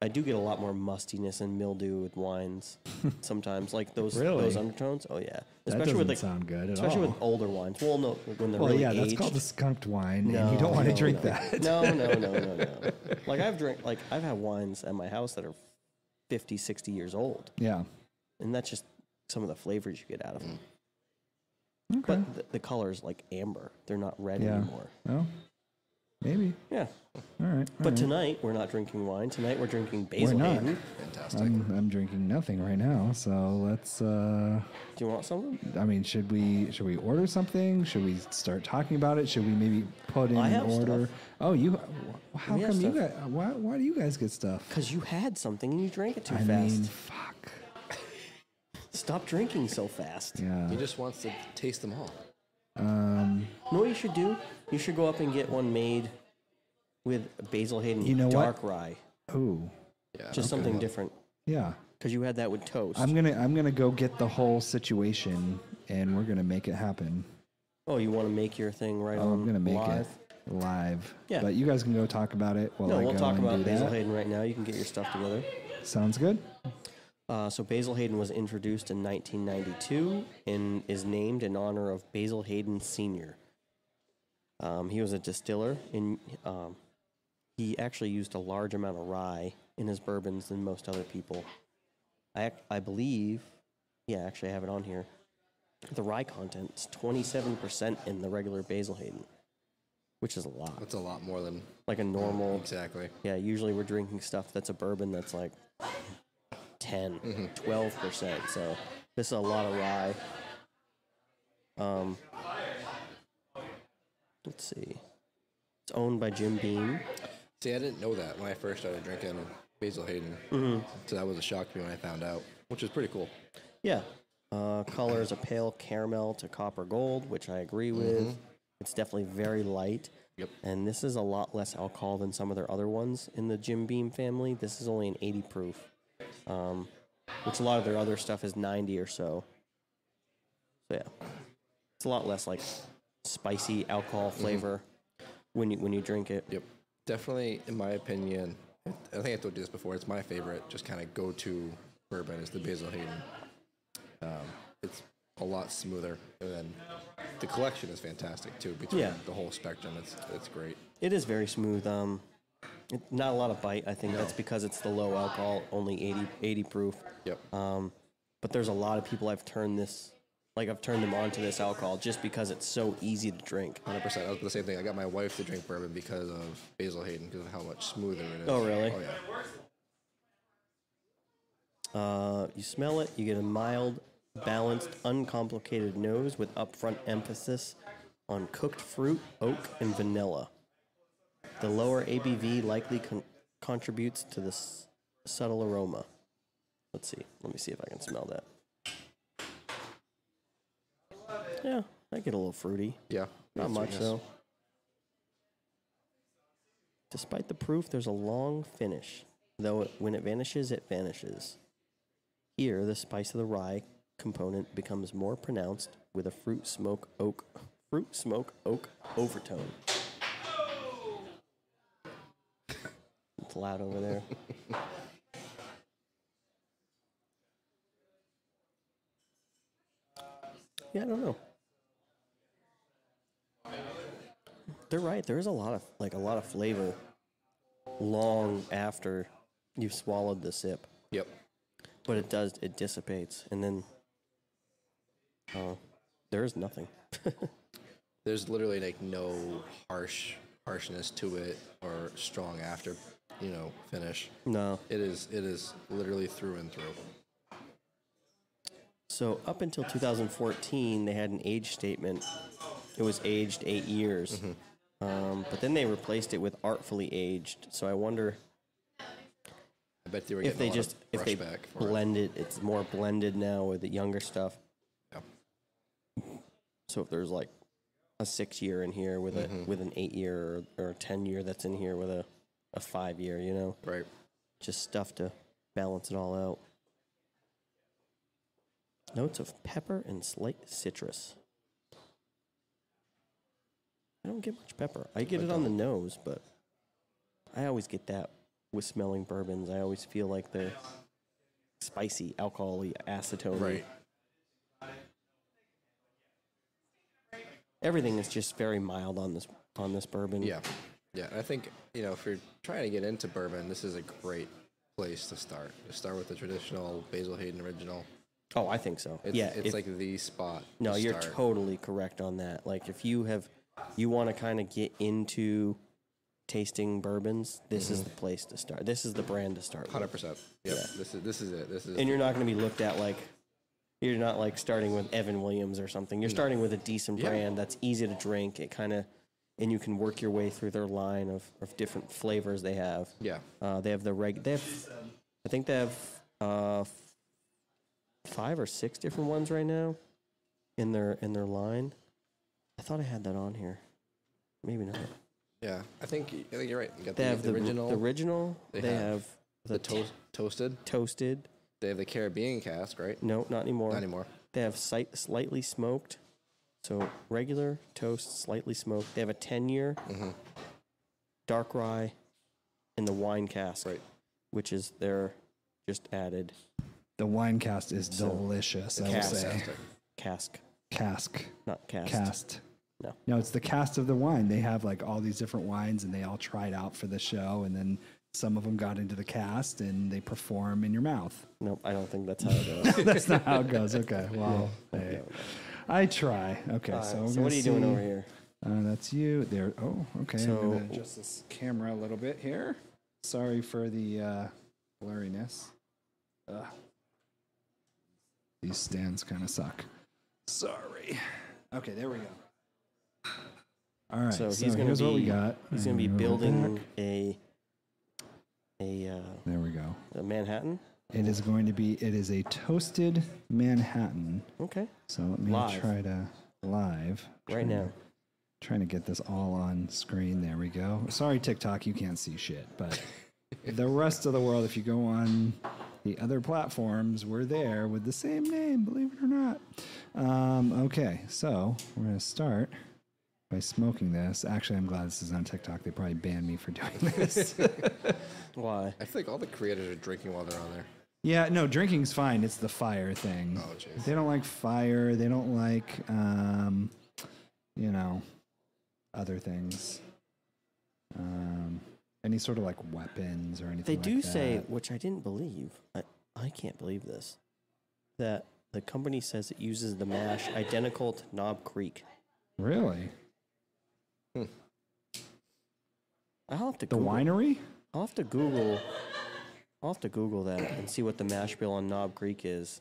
I do get a lot more mustiness and mildew with wines sometimes, like those
Really?
those undertones. Oh yeah,
That
especially
doesn't
with like
sound good at
especially
all.
with older wines. Well, no, when they're
Well,
really
yeah, that's
aged.
called the skunked wine,
No,
and you don't want to
no,
drink
no.
that.
No, no, no, no, no. like I've drink like I've had wines at my house that are 50, 60 years old,
Yeah.
and that's just some of the flavors you get out of them.
Mm. Okay.
But the, the color is like amber; they're not red
yeah.
anymore.
Well, maybe.
Yeah,
All right. all
but
right.
tonight we're not drinking wine. Tonight we're drinking
Mm-hmm. we're
basil.
not.
Hayden.
Fantastic.
I'm, I'm drinking nothing right now, so let's. uh
Do you want some?
I mean, should we should we order something? Should we start talking about it? Should we maybe put in
I
an
have
order?
stuff.
Oh, you. How
We have
come you
stuff.
guys? Why why do you guys get stuff?
Because you had something and you drank it too
I
fast.
mean, fuck.
Stop drinking so fast.
Yeah.
He just wants to taste them all.
Um.
Know what you should do? You should go up and get one made with Basil Hayden
You know what?
dark rye.
Oh.
Yeah.
Just something different.
Yeah.
Because you had that with toast.
I'm gonna I'm gonna go get the whole situation, and we're gonna make it happen.
oh, you want to make your thing right
Oh,
on
I'm gonna make
live?
it live.
Yeah.
But you guys can go talk about it while
No,
I
we'll
go
talk
and
about
do
Basil
that.
Hayden right now. You can get your stuff together.
Sounds good.
Uh, so Basil Hayden was introduced in 1992 and is named in honor of Basil Hayden Sr. Um, he was a distiller, and um, he actually used a large amount of rye in his bourbons than most other people. I, ac- I believe, yeah, actually, I have it on here. The rye content is 27% in the regular Basil Hayden, which is a lot.
That's a lot more than
Like a normal
exactly.
yeah, usually we're drinking stuff that's a bourbon that's like 10, 12%. So this is a lot of rye. Um, let's see. It's owned by Jim Beam.
See, I didn't know that when I first started drinking Basil Hayden.
Mm-hmm.
So that was a shock to me when I found out, which is pretty cool.
Yeah. Uh, color is a pale caramel to copper gold, which I agree with. It's definitely very light.
Mm-hmm. Yep.
And this is a lot less alcohol than some of their other ones in the Jim Beam family. This is only an 80 proof, um, which a lot of their other stuff is 90 or so. So yeah, it's a lot less like spicy alcohol flavor when you when you drink it.
Mm-hmm. Yep. Definitely, in my opinion, I think I told you this before. It's my favorite, just kind of go-to bourbon is the Basil Hayden. Um, it's a lot smoother, and then the collection is fantastic too. Between
Yeah.
the whole spectrum, it's it's great.
It is very smooth. Um, it, not a lot of bite. I think that's because it's the low alcohol, only 80, 80 proof.
Yep.
Um, but there's a lot of people I've turned this, like I've turned them onto this alcohol just because it's so easy to drink.
Hundred percent. I was the same thing. I got my wife to drink bourbon because of Basil Hayden, because of how much smoother it is.
Oh, really?
Oh yeah.
Uh, you smell it, you get a mild, balanced, uncomplicated nose with upfront emphasis on cooked fruit, oak, and vanilla. The lower ABV likely con- contributes to this subtle aroma. Let's see. Let me see if I can smell that. Yeah, I get a little fruity.
Yeah.
Not
That's
much
sweetness.
though. Despite the proof, there's a long finish, though it, when it vanishes, it vanishes. Here, the spice of the rye component becomes more pronounced with a fruit smoke oak fruit smoke oak overtone. It's loud over there. yeah, I don't know. They're right. There is a lot of like a lot of flavor long after you've swallowed the sip,
Yep.
but it does it dissipates and then uh, there is nothing.
There's literally like no harsh harshness to it or strong after, you know, finish.
no.
It is it is literally through and through.
So up until 2014, they had an age statement. It was aged eight years, um, but then they replaced it with artfully aged. So I wonder
I bet they were
if
getting
they
a lot of
just if they
brushback for it.
blend it. It's more blended now with the younger stuff.
Yeah.
So if there's like a six year in here with
Mm-hmm.
a with an eight year or, or a ten year that's in here with a, a five year, you know,
Right.
just stuff to balance it all out. Notes of pepper and slight citrus. I don't get much pepper. I get it on the nose, but I always get that with smelling bourbons. I always feel like the spicy, alcohol acetone. Everything is just very mild on this on this bourbon.
Yeah. Yeah. And I think, you know, if you're trying to get into bourbon, this is a great place to start. Just start with the traditional Basil Hayden original.
Oh, I think so.
It's,
yeah,
It's
if-
like the spot.
No,
to
you're
start.
totally correct on that. Like if you have you want to kind of get into tasting bourbons, this is the place to start. This is the brand to start.
Mm-hmm. Hundred
With.
percent. Yep. This is this is it. This is
And you're not going to be looked at like you're not like starting with Evan Williams or something. You're starting with a decent
Yeah.
brand that's easy to drink. It kind of and you can work your way through their line of, of different flavors they have.
yeah.
Uh, they have the reg. They have, I think they have uh, f- five or six different ones right now in their in their line. I thought I had that on here. Maybe not.
Yeah. I think I think you're right. You got
They
the,
have
the original,
The original. They,
They
have,
have
the,
the
toast.
toast, toasted.
toasted.
They have the Caribbean cask, right?
No, not anymore.
Not anymore.
They have slight, slightly smoked. So regular toast, slightly smoked. They have a ten year
Mm-hmm.
dark rye, and the wine cask,
Right.
which is their just added
The wine cast is delicious. I will
cast.
say
Fantastic.
cask,
cask.
not cast.
cast.
No.
No, it's the cast of the wine. They have like all these different wines and they all tried out for the show and then some of them got into the cast and they perform in your mouth.
Nope, I don't think that's how it goes.
That's not how it goes. Okay. Well, hey. I try. Okay. so, we're
so
gonna
what are you doing
see.
over here?
Uh, that's you there. Oh, okay. I'm
So-
going to adjust this camera a little bit here. Sorry for the uh, blurriness. Ugh. These stands kind of suck. Sorry. Okay, there we go. All right.
So
So,
he's gonna
here's what we
be-
got.
He's going to be
And we're
building
back.
a a, uh,
There we go.
a Manhattan.
It is going to be. It is a toasted Manhattan.
Okay,
So let me
Live.
try to live
right
Trying to-
now.
Trying to get this all on screen. There we go. Sorry, TikTok, you can't see shit, but the rest of the world, if you go on the other platforms, we're there with the same name, believe it or not. Um, okay, so we're going to start by smoking this. Actually, I'm glad this is on TikTok. They probably banned me for doing this.
Why?
I feel like all the creators are drinking while they're on there.
yeah, no, drinking's fine. It's the fire thing.
Oh, jeez.
They don't like fire. They don't like, um, you know, other things. Um, any sort of like weapons or anything.
They
like
do say,
that.
which I didn't believe. I, I can't believe this. That the company says it uses the mash identical to Knob Creek.
really
I'll have to
the
Google.
winery.
I'll have to Google. I'll have to Google that and see what the mash bill on Knob Creek is.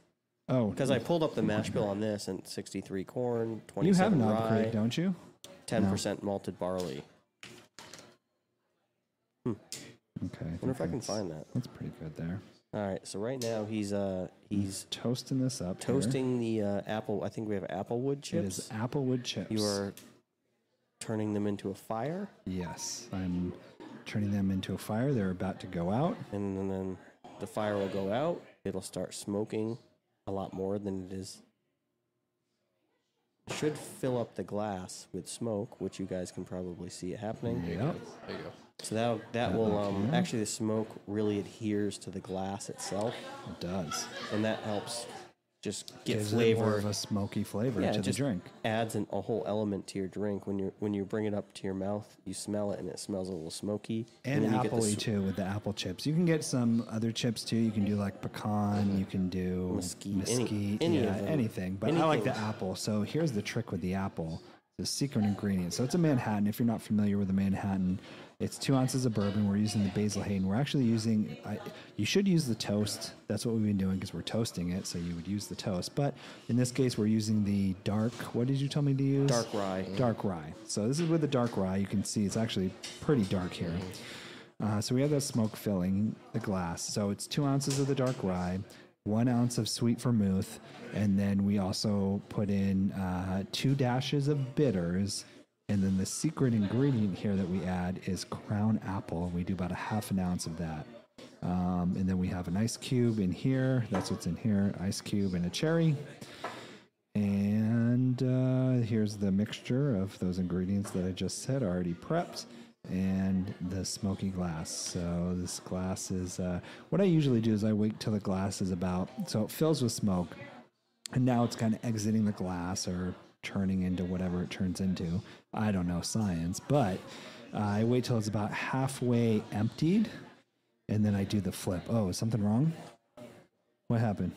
Oh,
Because I pulled up the mash bill on this and 63 corn,
you have
27
Knob
rye.
Creek, don't you?
ten percent malted barley.
Okay. I
Wonder if I can
that's-
find that.
That's pretty good there.
All right, so right now he's uh he's
Toasting this up. here.
toasting the uh, apple. I think we have applewood
Mm. It is
chips.
applewood chips.
You are turning them into a fire,
Yes, I'm turning them into a fire. They're about to go out.
and then, then the fire will go out. It'll start smoking a lot more than it is. Should fill up the glass with smoke, which you guys can probably see it happening.
Yep.
There you go.
So that that will um,
okay.
actually the smoke really adheres to the glass itself.
It does.
and that helps just get
Gives it more
flavor.
of a smoky flavor
yeah,
to
it
the
just
drink.
adds an, a whole element to your drink. When you when you bring it up to your mouth, you smell it and it smells a little smoky.
and
then you get the
apple
s-
too with the apple chips. You can get some other chips too. You can do like pecan. You can do
Mesquite, any-
mesquite,
any of
yeah,
them.
anything. But I like the
Anything.
apple. So here's the trick with the apple: the secret ingredient. So it's a Manhattan. If you're not familiar with a Manhattan, it's two ounces of bourbon. We're using the Basil Hayden. We're actually using. I, you should use the toast. That's what we've been doing because we're toasting it. So you would use the toast. But in this case, we're using the dark. What did you tell me to use?
Dark rye.
Dark rye. So this is with the dark rye. You can see it's actually pretty dark here.
Mm-hmm.
Uh, so we have that smoke filling the glass. So it's two ounces of the dark rye, one ounce of sweet vermouth, and then we also put in uh, two dashes of bitters. And then the secret ingredient here that we add is crown apple. We do about a half an ounce of that. Um, and then we have an ice cube in here. That's what's in here ice cube and a cherry. And uh, here's the mixture of those ingredients that I just said already prepped and the smoky glass. So this glass is uh, what I usually do is I wait till the glass is about so it fills with smoke and now it's kind of exiting the glass or turning into whatever it turns into. I don't know science, but uh, I wait till it's about halfway emptied and then I do the flip. Oh, is something wrong? What happened?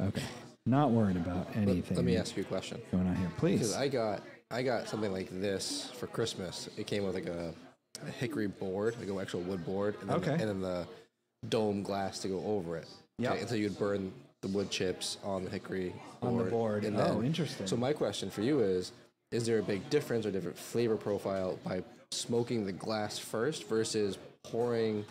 Okay. Not worried about anything
Let me ask you a question.
going on here, please.
Because I got I got something like this for Christmas. It came with like a, a hickory board, like an actual wood board, and then,
Okay.
and then the dome glass to go over it.
Yeah.
And so you'd burn the wood chips on the hickory
On
board.
the board.
and
Oh,
then-
interesting.
So my question for you is: Is there a big difference or different flavor profile by smoking the glass first versus pouring?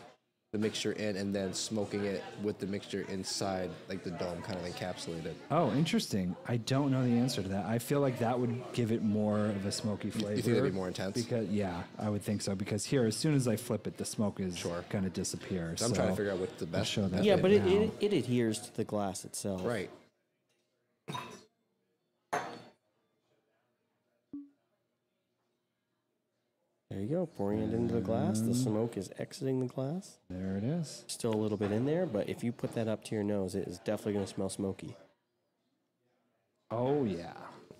The mixture in and then smoking it with the mixture inside, like the dome kind of encapsulated.
Oh, interesting. I don't know the answer to that. I feel like that would give it more of a smoky flavor.
think that'd be more intense?
Because yeah, I would think so. Because here, as soon as I flip it, the smoke is going to disappear.
I'm trying to
so-
figure out what's the best.
show that.
method
Yeah, but it,
now.
it, it adheres to the glass itself.
Right.
There you go. Pouring it into the glass. The smoke is exiting the glass.
There it is.
Still a little bit in there, but if you put that up to your nose, it is definitely going to smell smoky.
Oh yeah.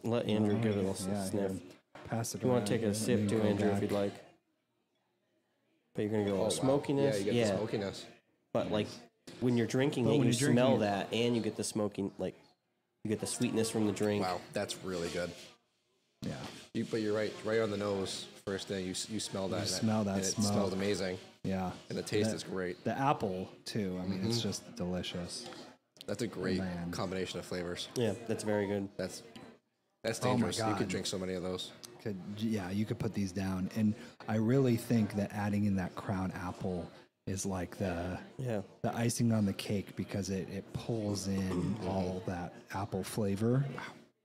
Let Andrew give it a s-
Yeah,
sniff.
here. Pass it.
You want
around
to take
here.
a
Let me
sip too,
go
Andrew, if
back.
you'd like. But you're going to get a
Oh, wow.
little smokiness.
Yeah, you get the smokiness.
But like when you're drinking
But
it,
when
you
you're drinking
smell
it-
that, and you get the smoking, like you get the sweetness from the drink.
Wow, that's really good.
Yeah.
You, but you're right, right on the nose. First thing you s- you smell that. and
smell that
and It
smoke.
smells amazing,
Yeah.
and the taste
That-
is great.
The apple too. I mean, it's
Mm-hmm.
just delicious.
That's a great
Man.
combination of flavors.
Yeah, that's very good.
That's that's
Oh my
dangerous. you
God.
could drink so many of those.
Could, yeah, you could put these down, and I really think that adding in that crown apple is like the
Yeah.
the icing on the cake because it, it pulls in
Mm-hmm.
all that apple flavor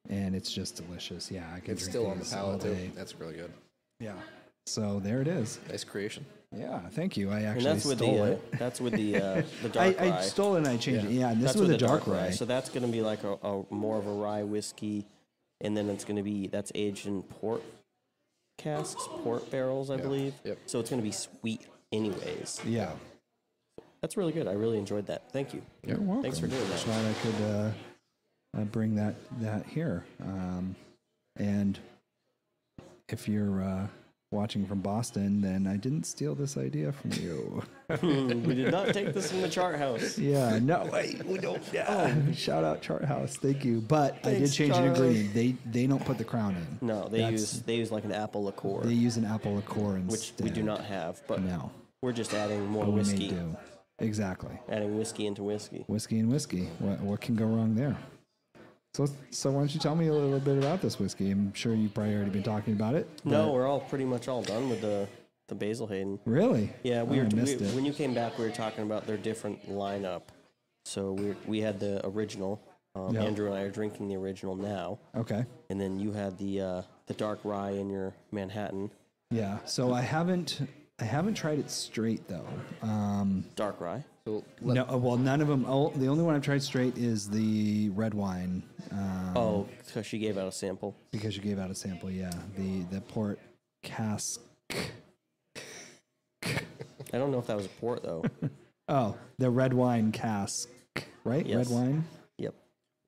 and it's just delicious. Yeah, I can
It's
drink
still on the
these all
palate
day.
too. That's really good.
Yeah. So there it is.
Nice creation.
Yeah, thank you. I
And
actually
that's with
stole
the uh,
it.
that's with the uh,
I,
the dark rye.
I stole it and I changed it. Yeah, and this
that's
was
with
a dark, rye.
So that's going to be like a, a more of a rye whiskey, and then it's going to be that's aged in port casks, port barrels, I believe.
Yep.
So it's going to be sweet, anyways.
yeah.
That's really good. I really enjoyed that. Thank you.
You're welcome.
Thanks for doing that.
Glad I could uh, uh, bring that that here. Um, and if you're uh, watching from Boston, then I didn't steal this idea from you.
we did not take this from the chart house.
Yeah, no, wait, we don't. Yeah. Shout out Chart House, thank you. But I did
Thanks,
change an
Chart.
ingredient. They they don't put the crown in.
No, they
That's-
use they use like an apple liqueur,
They use an apple liqueur instead.
which we do not have, but
No,
we're just adding more
but we may
whiskey,
do. Exactly,
adding whiskey into whiskey.
whiskey and whiskey. What what can go wrong there? So so why don't you tell me a little bit about this whiskey? I'm sure you've probably already been talking about it.
No, we're all pretty much all done with the the Basil Hayden.
Really?
Yeah, we
Oh,
were
I
we,
missed it.
when you came back. We were talking about their different lineup. So we we had the original. Um,
Yeah.
Andrew and I are drinking the original now,
okay.
and then you had the uh, the dark rye in your Manhattan
Yeah. So I haven't I haven't tried it straight though. Um,
dark rye.
So
No, uh, well, none of them. Oh, the only one I've tried straight is the red wine um,
Oh, because she gave out a sample.
because you gave out a sample. Yeah, the the port cask.
I don't know if that was a port though.
Oh, the red wine cask, right?
Yes.
Red wine.
yep.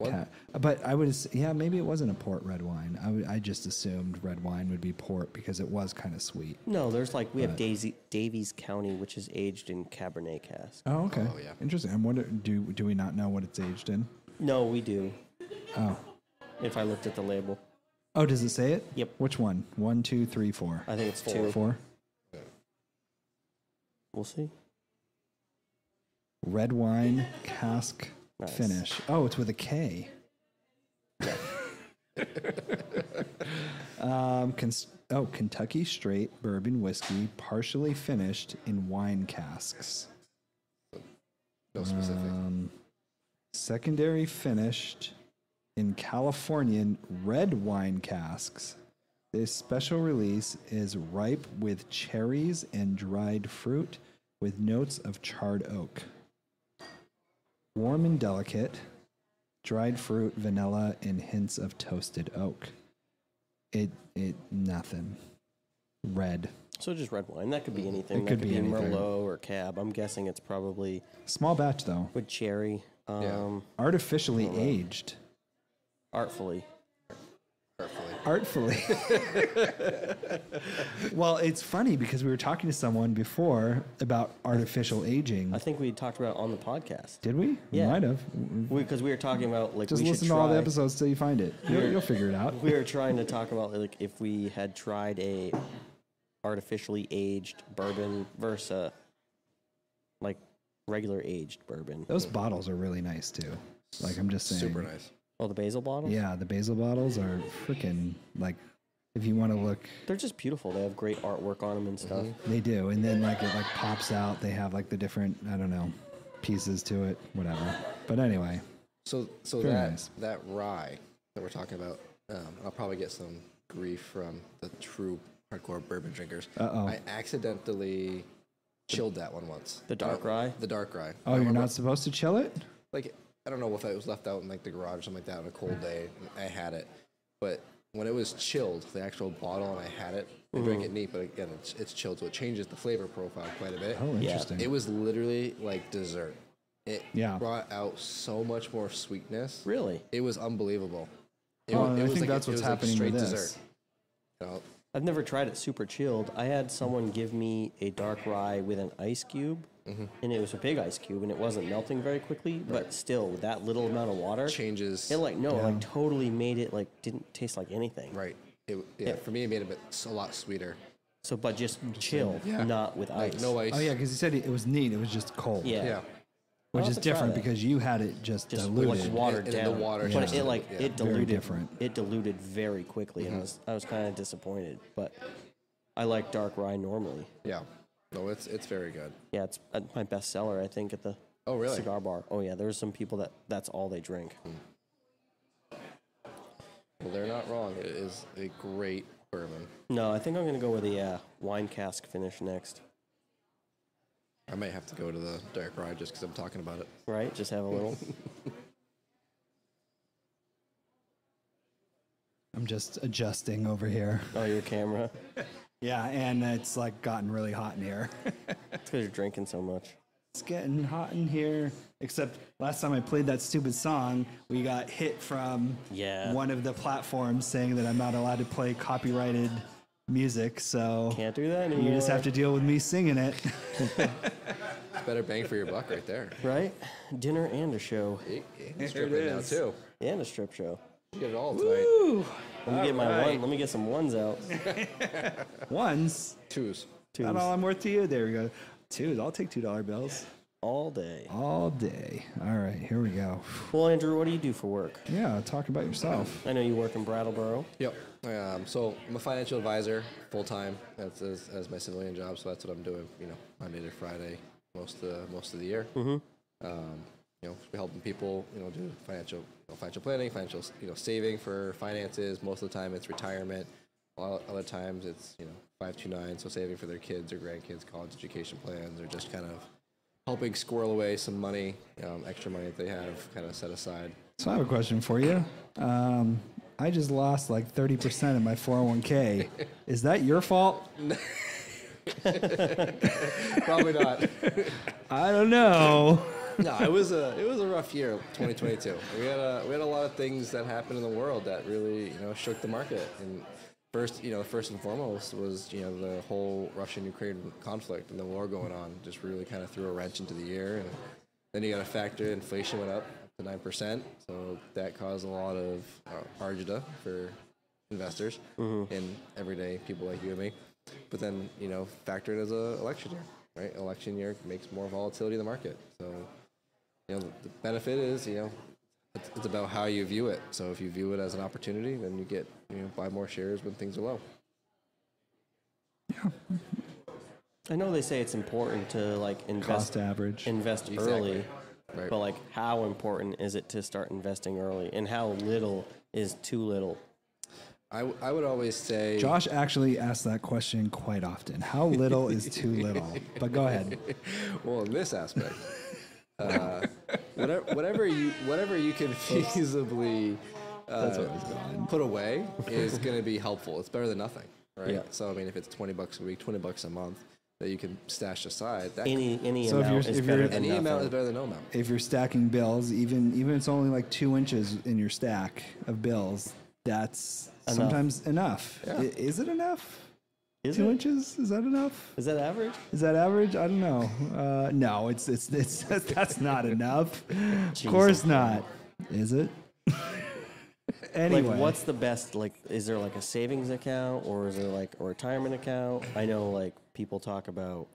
Yeah. But I would, ass- yeah, maybe it wasn't a port red wine. I would- I just assumed red wine would be port because it was kind of sweet.
No, there's like we have Daisy, Davies County, which is aged in Cabernet cask.
Oh, okay. Oh, yeah. Interesting. I'm wonder do do we not know what it's aged in?
No, we do.
Oh.
If I looked at the label,
Oh, does it say it?
Yep.
Which one? One, two, three, four.
I think it's two.
Four.
We'll see.
Red wine cask
Nice.
finish. Oh, it's with a K. um, cons- oh, Kentucky straight bourbon whiskey, partially finished in wine casks.
no specific.
Um, secondary finished in Californian red wine casks. This special release is ripe with cherries and dried fruit with notes of charred oak. Warm and delicate, dried fruit, vanilla, and hints of toasted oak. It it nothing. Red.
So just red wine. That could be anything.
It
that
could
could,
be
be,
anything.
Merlot or Cab. I'm guessing it's probably
Small batch though.
with cherry, um,
Yeah.
Artificially aged.
artfully.
artfully. well, it's funny because we were talking to someone before about artificial aging.
I think we talked about it on the podcast
Did we? We
Yeah.
might have.
because we, were talking about like
Mm-hmm. Just
we should
listen to all the
try-
episodes till you find it. You'll, you'll figure it out.
We were trying to talk about like if we had tried a artificially aged bourbon versus a, like regular aged bourbon.
Those bottles are really nice too. Like I'm just saying.
Super nice.
Oh, the basil bottles.
Yeah, the basil bottles are freaking like. If you want to look,
They're just beautiful. They have great artwork on them and stuff.
Mm-hmm.
they do, and then like it like pops out. They have like the different I don't know pieces to it, whatever. But anyway,
So so
Very
that
nice.
that rye that we're talking about, um, I'll probably get some grief from the true hardcore bourbon drinkers.
Uh-oh.
I accidentally chilled that one once. Uh,
The dark rye.
The dark rye.
oh, you're not supposed to chill it.
like I don't know if it was left out in like the garage or something like that on a cold day. and I had it, but when it was chilled, the actual bottle, and I had it. I drank it neat, but again, it's, it's chilled, so it changes the flavor profile quite a bit.
Oh, interesting.
It was literally like dessert. It
Yeah.
brought out so much more sweetness.
Really?
It was unbelievable. It,
Oh,
wa-
and I think
a-
that's what's
was like
happening
straight
with this.
dessert. You know,
I've never tried it super chilled. I had someone give me a dark rye with an ice cube,
Mm-hmm.
and it was a big ice cube, and it wasn't melting very quickly. But still, with that little amount of water,
changes.
it like no, like totally made it like didn't taste like anything.
right. It, yeah, for me, it made it a bit- a lot sweeter.
So, but just chill,
Yeah.
not with
Like,
ice.
no ice.
Oh yeah, because you said it, it was neat. It was just cold.
Yeah.
Yeah.
which
I'll
is
have to try
different
that.
because you had it just,
Just
diluted.
like watered
And- and
down.
the water
but
just-
it like
yeah. Mm-hmm.
it
Very
diluted.
different.
It diluted very quickly, and I was I was kind of disappointed. But I like dark rye normally.
Yeah. No, it's it's very good.
Yeah, it's uh, my best seller, I think, at the
Oh, really?
cigar bar. Oh yeah, there's some people that that's all they drink.
Well, they're not wrong. It is a great bourbon.
No, I think I'm gonna go with the uh, wine cask finish next.
I might have to go to the dark rye just because I'm talking about it.
Right? Just have a little.
I'm just adjusting over here.
oh, your camera.
Yeah, and it's like gotten really hot in here.
It's because you're drinking so much.
it's getting hot in here. Except last time I played that stupid song, we got hit from
Yeah.
one of the platforms saying that I'm not allowed to play copyrighted music. So
Can't do that anymore.
you just have to deal with me singing it.
It's better bang for your buck right there.
right? Dinner and a show
It, it's stripping now too.
and a strip show.
You get it all tonight.
Let me get my one. Let me get some ones out.
Ones,
Twos.
not all I'm worth to you. There we go. Twos, I'll take two dollar bills
all day.
all day. All right, here we go.
Well, Andrew, what do you do for work?
Yeah, talk about yourself.
I know you work in Brattleboro.
Yep. Um, so I'm a financial advisor full time. That's as, as my civilian job. So that's what I'm doing. You know, Monday to Friday, most of most of the year. Mm-hmm. Um, you know, we're helping people. You know, do financial you know, financial planning, financial you know saving for finances. Most of the time, it's retirement. A lot of other times, it's you know five two nine. So saving for their kids or grandkids' college education plans, or just kind of helping squirrel away some money, um, extra money that they have, kind of set aside.
So I have a question for you. Um, I just lost like 30% of my 401k. Is that your fault?
Probably not.
I don't know.
no, it was a it was a rough year, 2022. We had a we had a lot of things that happened in the world that really you know shook the market. And first, you know, first and foremost was you know the whole Russian-Ukraine conflict and the war going on just really kind of threw a wrench into the year. And then you got to factor inflation went up to nine percent, so that caused a lot of uh, arjita for investors and everyday people like you and me. But then you know factor it as a election year. Right, election year makes more volatility in the market. So you know, the benefit is, you know, it's, it's about how you view it. So if you view it as an opportunity, then you get, you know, buy more shares when things are low.
I know they say it's important to like invest
Cost average.
invest
Exactly.
early,
Right.
but like how important is it to start investing early, and how little is too little?
I, w- I would always say
Josh actually asks that question quite often. How little is too little? But go ahead.
well in this aspect uh, whatever, whatever you whatever you can feasibly uh, put away is going to be helpful it's better than nothing right
Yeah.
so i mean if it's 20 bucks a week 20 bucks a month that you can stash aside that
Any any
So if
amount
you're-
is
if
better
you're-
than
any amount is
nothing.
better than no amount
If you're stacking bills, even even if it's only like two inches in your stack of bills, that's sometimes enough. I- Is it enough?
Is
two
it?
inches? Is that enough?
Is that average?
Is that average? I don't know. Uh, no, it's it's it's that's not enough. Of course not. Is it? anyway,
Like, what's the best? Like, is there like a savings account, or is there like a retirement account? I know like people talk about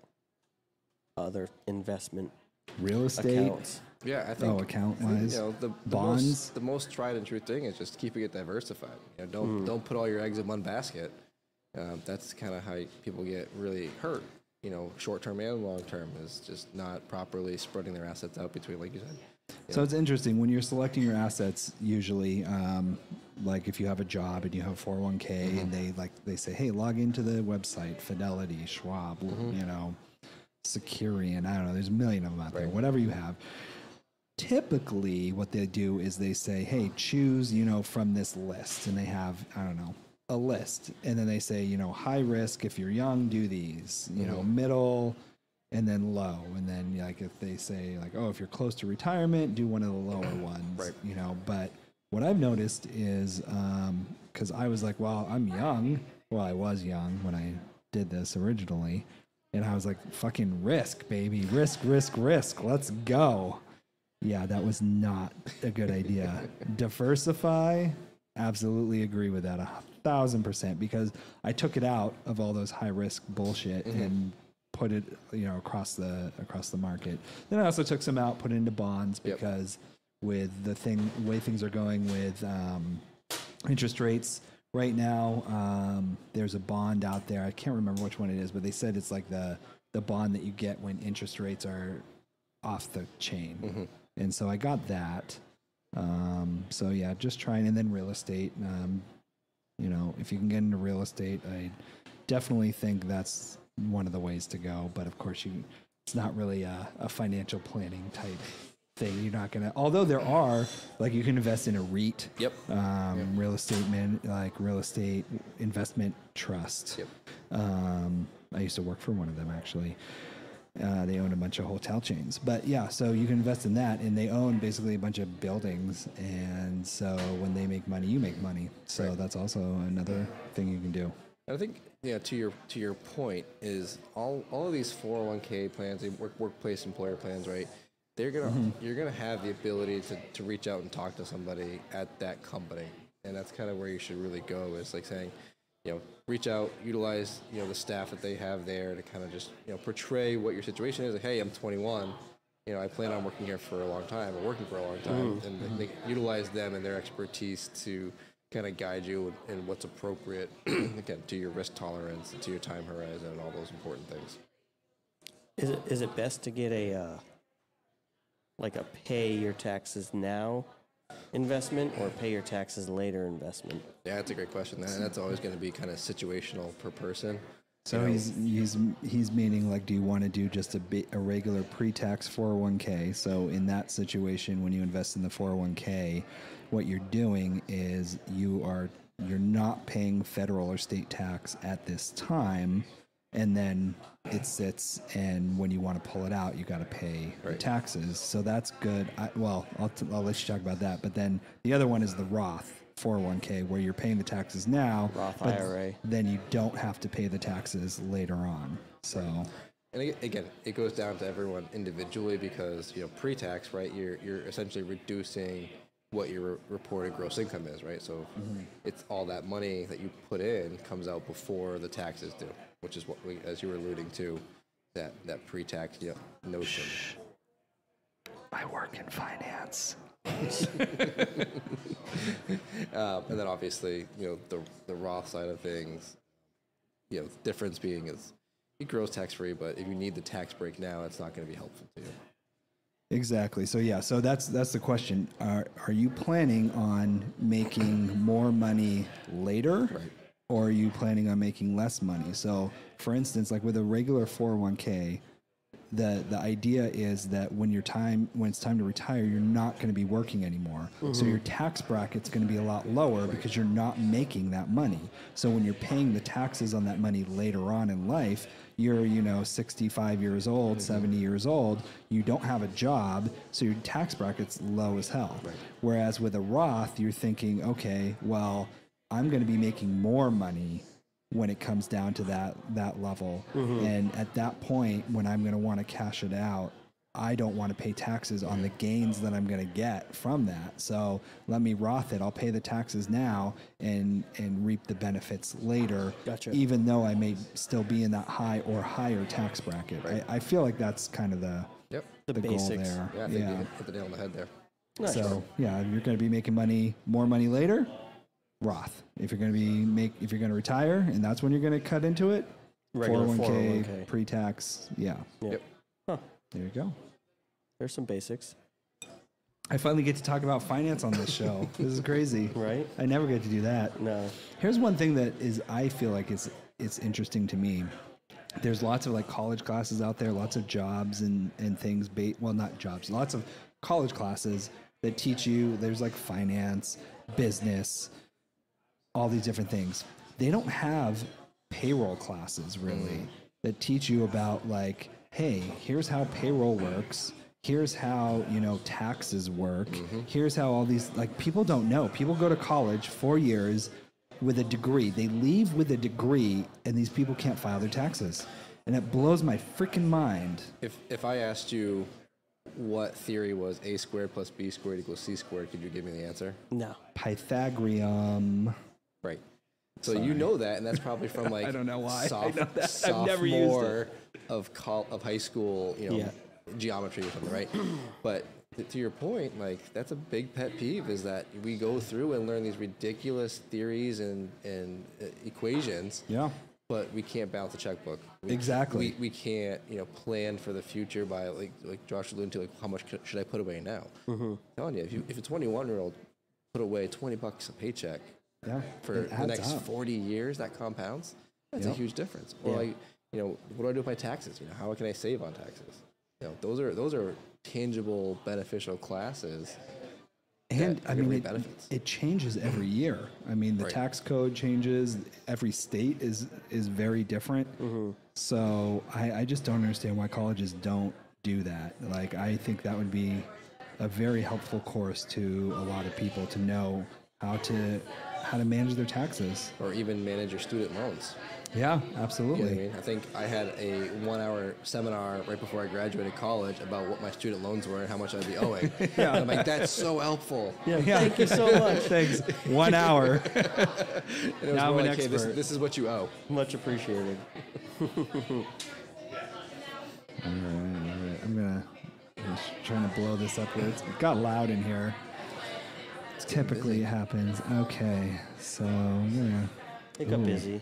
other investment
real estate?
accounts.
Yeah, I think
Oh, account
I think,
wise,
you know, the, the
bonds?
Most, the most tried and true thing is just keeping it diversified. You know, don't don't put all your eggs in one basket. Um, that's kind of how you- people get really hurt. You know, short term and long term is just not properly spreading their assets out between, like you said.
So it's interesting when you're selecting your assets. Usually, um, like if you have a job and you have 401k, and they like they say, "Hey, log into the website Fidelity, Schwab, you know, Securian." I don't know. There's a million of them out there. Whatever you have. Typically, what they do is they say, "Hey, choose you know from this list," and they have I don't know a list, and then they say, you know, high risk if you're young, do these. You know, middle and then low. And then like if they say like, oh, if you're close to retirement, do one of the lower ones. Right. You know, but what I've noticed is because I was like, well, I'm young. Well, I was young when I did this originally. And I was like, fucking risk, baby. Risk, risk, risk. Let's go. Yeah, that was not a good idea. Diversify, absolutely agree with that a thousand percent because I took it out of all those high risk bullshit and put it, you know, across the across the market. Then I also took some out, put it into bonds
Yep.
because with the thing way things are going with um, interest rates right now, um, there's a bond out there. I can't remember which one it is, but they said it's like the the bond that you get when interest rates are off the chain. And so I got that. Um, so yeah, just trying, and then real estate. Um, you know, if you can get into real estate, I definitely think that's one of the ways to go. But of course, you it's not really a, a financial planning type thing. You're not gonna, although there are like you can invest in a REIT.
Yep.
Um, Real estate man, like real estate investment trust.
Yep.
Um, I used to work for one of them actually. Uh, they own a bunch of hotel chains, but yeah, so you can invest in that, and they own basically a bunch of buildings, and so when they make money, you make money. So that's also another thing you can do.
And I think yeah, to your to your point is all all of these 401k plans, the work, workplace employer plans, right? They're gonna
Mm-hmm.
you're gonna have the ability to, to reach out and talk to somebody at that company, and that's kind of where you should really go is like saying, you know, reach out, utilize you know the staff that they have there to kind of just you know portray what your situation is. Like, hey, I'm 21. You know, I plan on working here for a long time, or working for a long time, and they, they utilize them and their expertise to kind of guide you in, in what's appropriate, again, to your risk tolerance, to your time horizon, and all those important things.
Is it is it best to get a uh, like a pay your taxes now investment or pay your taxes later investment?
Yeah, that's a great question. That, that's always going to be kind of situational per person.
So he's he's he's meaning like, do you want to do just a bi- a regular pre-tax 401k? So in that situation, when you invest in the 401k, what you're doing is you are you're not paying federal or state tax at this time, and then it sits. And when you want to pull it out, you got to pay the taxes. So that's good. I, well, I'll, t- I'll let you talk about that. But then the other one is the Roth 401k, where you're paying the taxes now,
Roth
but
IRA.
then you don't have to pay the taxes later on. So
And ag- again, it goes down to everyone individually because you know pre-tax, right? You're you're essentially reducing what your re- reported gross income is, right? So it's all that money that you put in comes out before the taxes do, which is what we, as you were alluding to, that that pre-tax you know, notion.
I work in finance.
Um, and then obviously, you know, the the Roth side of things, you know, the difference being is it grows tax free, but if you need the tax break now, it's not going to be helpful to you.
Exactly. So yeah. So that's that's the question. Are are you planning on making more money later, or are you planning on making less money? So for instance, like with a regular 401k, the the idea is that when your time when it's time to retire, you're not going to be working anymore. So your tax bracket's going to be a lot lower because you're not making that money. So when you're paying the taxes on that money later on in life, you're you know 65 years old, 70 years old, you don't have a job, so your tax bracket's low as hell. Whereas with a Roth, you're thinking, okay, well, I'm going to be making more money when it comes down to that that level.
Mm-hmm.
And at that point, when I'm going to want to cash it out, I don't want to pay taxes on the gains that I'm going to get from that. So let me Roth it. I'll pay the taxes now and and reap the benefits later.
Gotcha.
Even though I may still be in that high or higher tax bracket, I, I feel like that's kind of the
Yep.
the, goal
basics.
there.
Yeah, I think you hit- hit the nail on the head there.
Nice.
So yeah, if you're going to be making money, more money later, Roth. If you're going to be make, if you're going to retire, and that's when you're going to cut into it,
Regular
401k,
401k.
pre-tax. Yeah,
Yeah.
there you go.
There's some basics,
I finally get to talk about finance on this show. this is crazy.
right?
I never get to do that.
No.
Here's one thing that is I feel like it's it's interesting to me. There's lots of like college classes out there, lots of jobs and and things. Ba- well, not jobs, lots of college classes that teach you. There's like finance, business, all these different things. They don't have payroll classes really that teach you about like, hey, here's how payroll works. Here's how you know taxes work. Here's how all these like people don't know. People go to college four years with a degree. They leave with a degree, and these people can't file their taxes, and it blows my freaking mind.
If if I asked you what theory was a squared plus b squared equals c squared, could you give me the answer?
No.
Pythagorean.
Right. So you know that, and that's probably from like I
don't know why I
Soph-
know that. I've
sophomore
never used it.
of col- of high school, you know,
Yeah.
geometry or something, right? but t- to your point, like that's a big pet peeve is that we go through and learn these ridiculous theories and and uh, equations,
Yeah.
but we can't balance a checkbook. We,
Exactly.
We, we can't, you know, plan for the future by like like Josh alluded to, like how much c- should I put away now? Mm-hmm. I'm telling you, if you if a 21 year old put away 20 bucks a paycheck
Yeah.
for
It
the
adds
next
up.
40 years, that compounds. That's a
Yep.
huge difference. Or like, you know, what do I do with my taxes? You know, how can I save on taxes? You know, those are those are tangible, beneficial classes.
And
that
I
are gonna
mean,
reap
it,
benefits.
it changes every year. I mean, the tax code changes. Every state is is very different.
Mm-hmm.
So I, I just don't understand why colleges don't do that. Like, I think that would be a very helpful course to a lot of people to know how to how to manage their taxes.
Or even manage your student loans.
Yeah,
You know
absolutely.
what I mean? I think I had a one hour seminar right before I graduated college about what my student loans were and how much I'd be owing. yeah. I'm like, that's so helpful.
Yeah, Thank you so much. Thanks. One hour.
And it was
Now
more
I'm an
like, hey, this,
expert.
this is what you owe.
Much appreciated.
All right, all right. I'm gonna I'm just trying to blow this up. here. It's it got loud in here. Typically it happens. Okay, so I'm gonna.
It got
Ooh.
busy.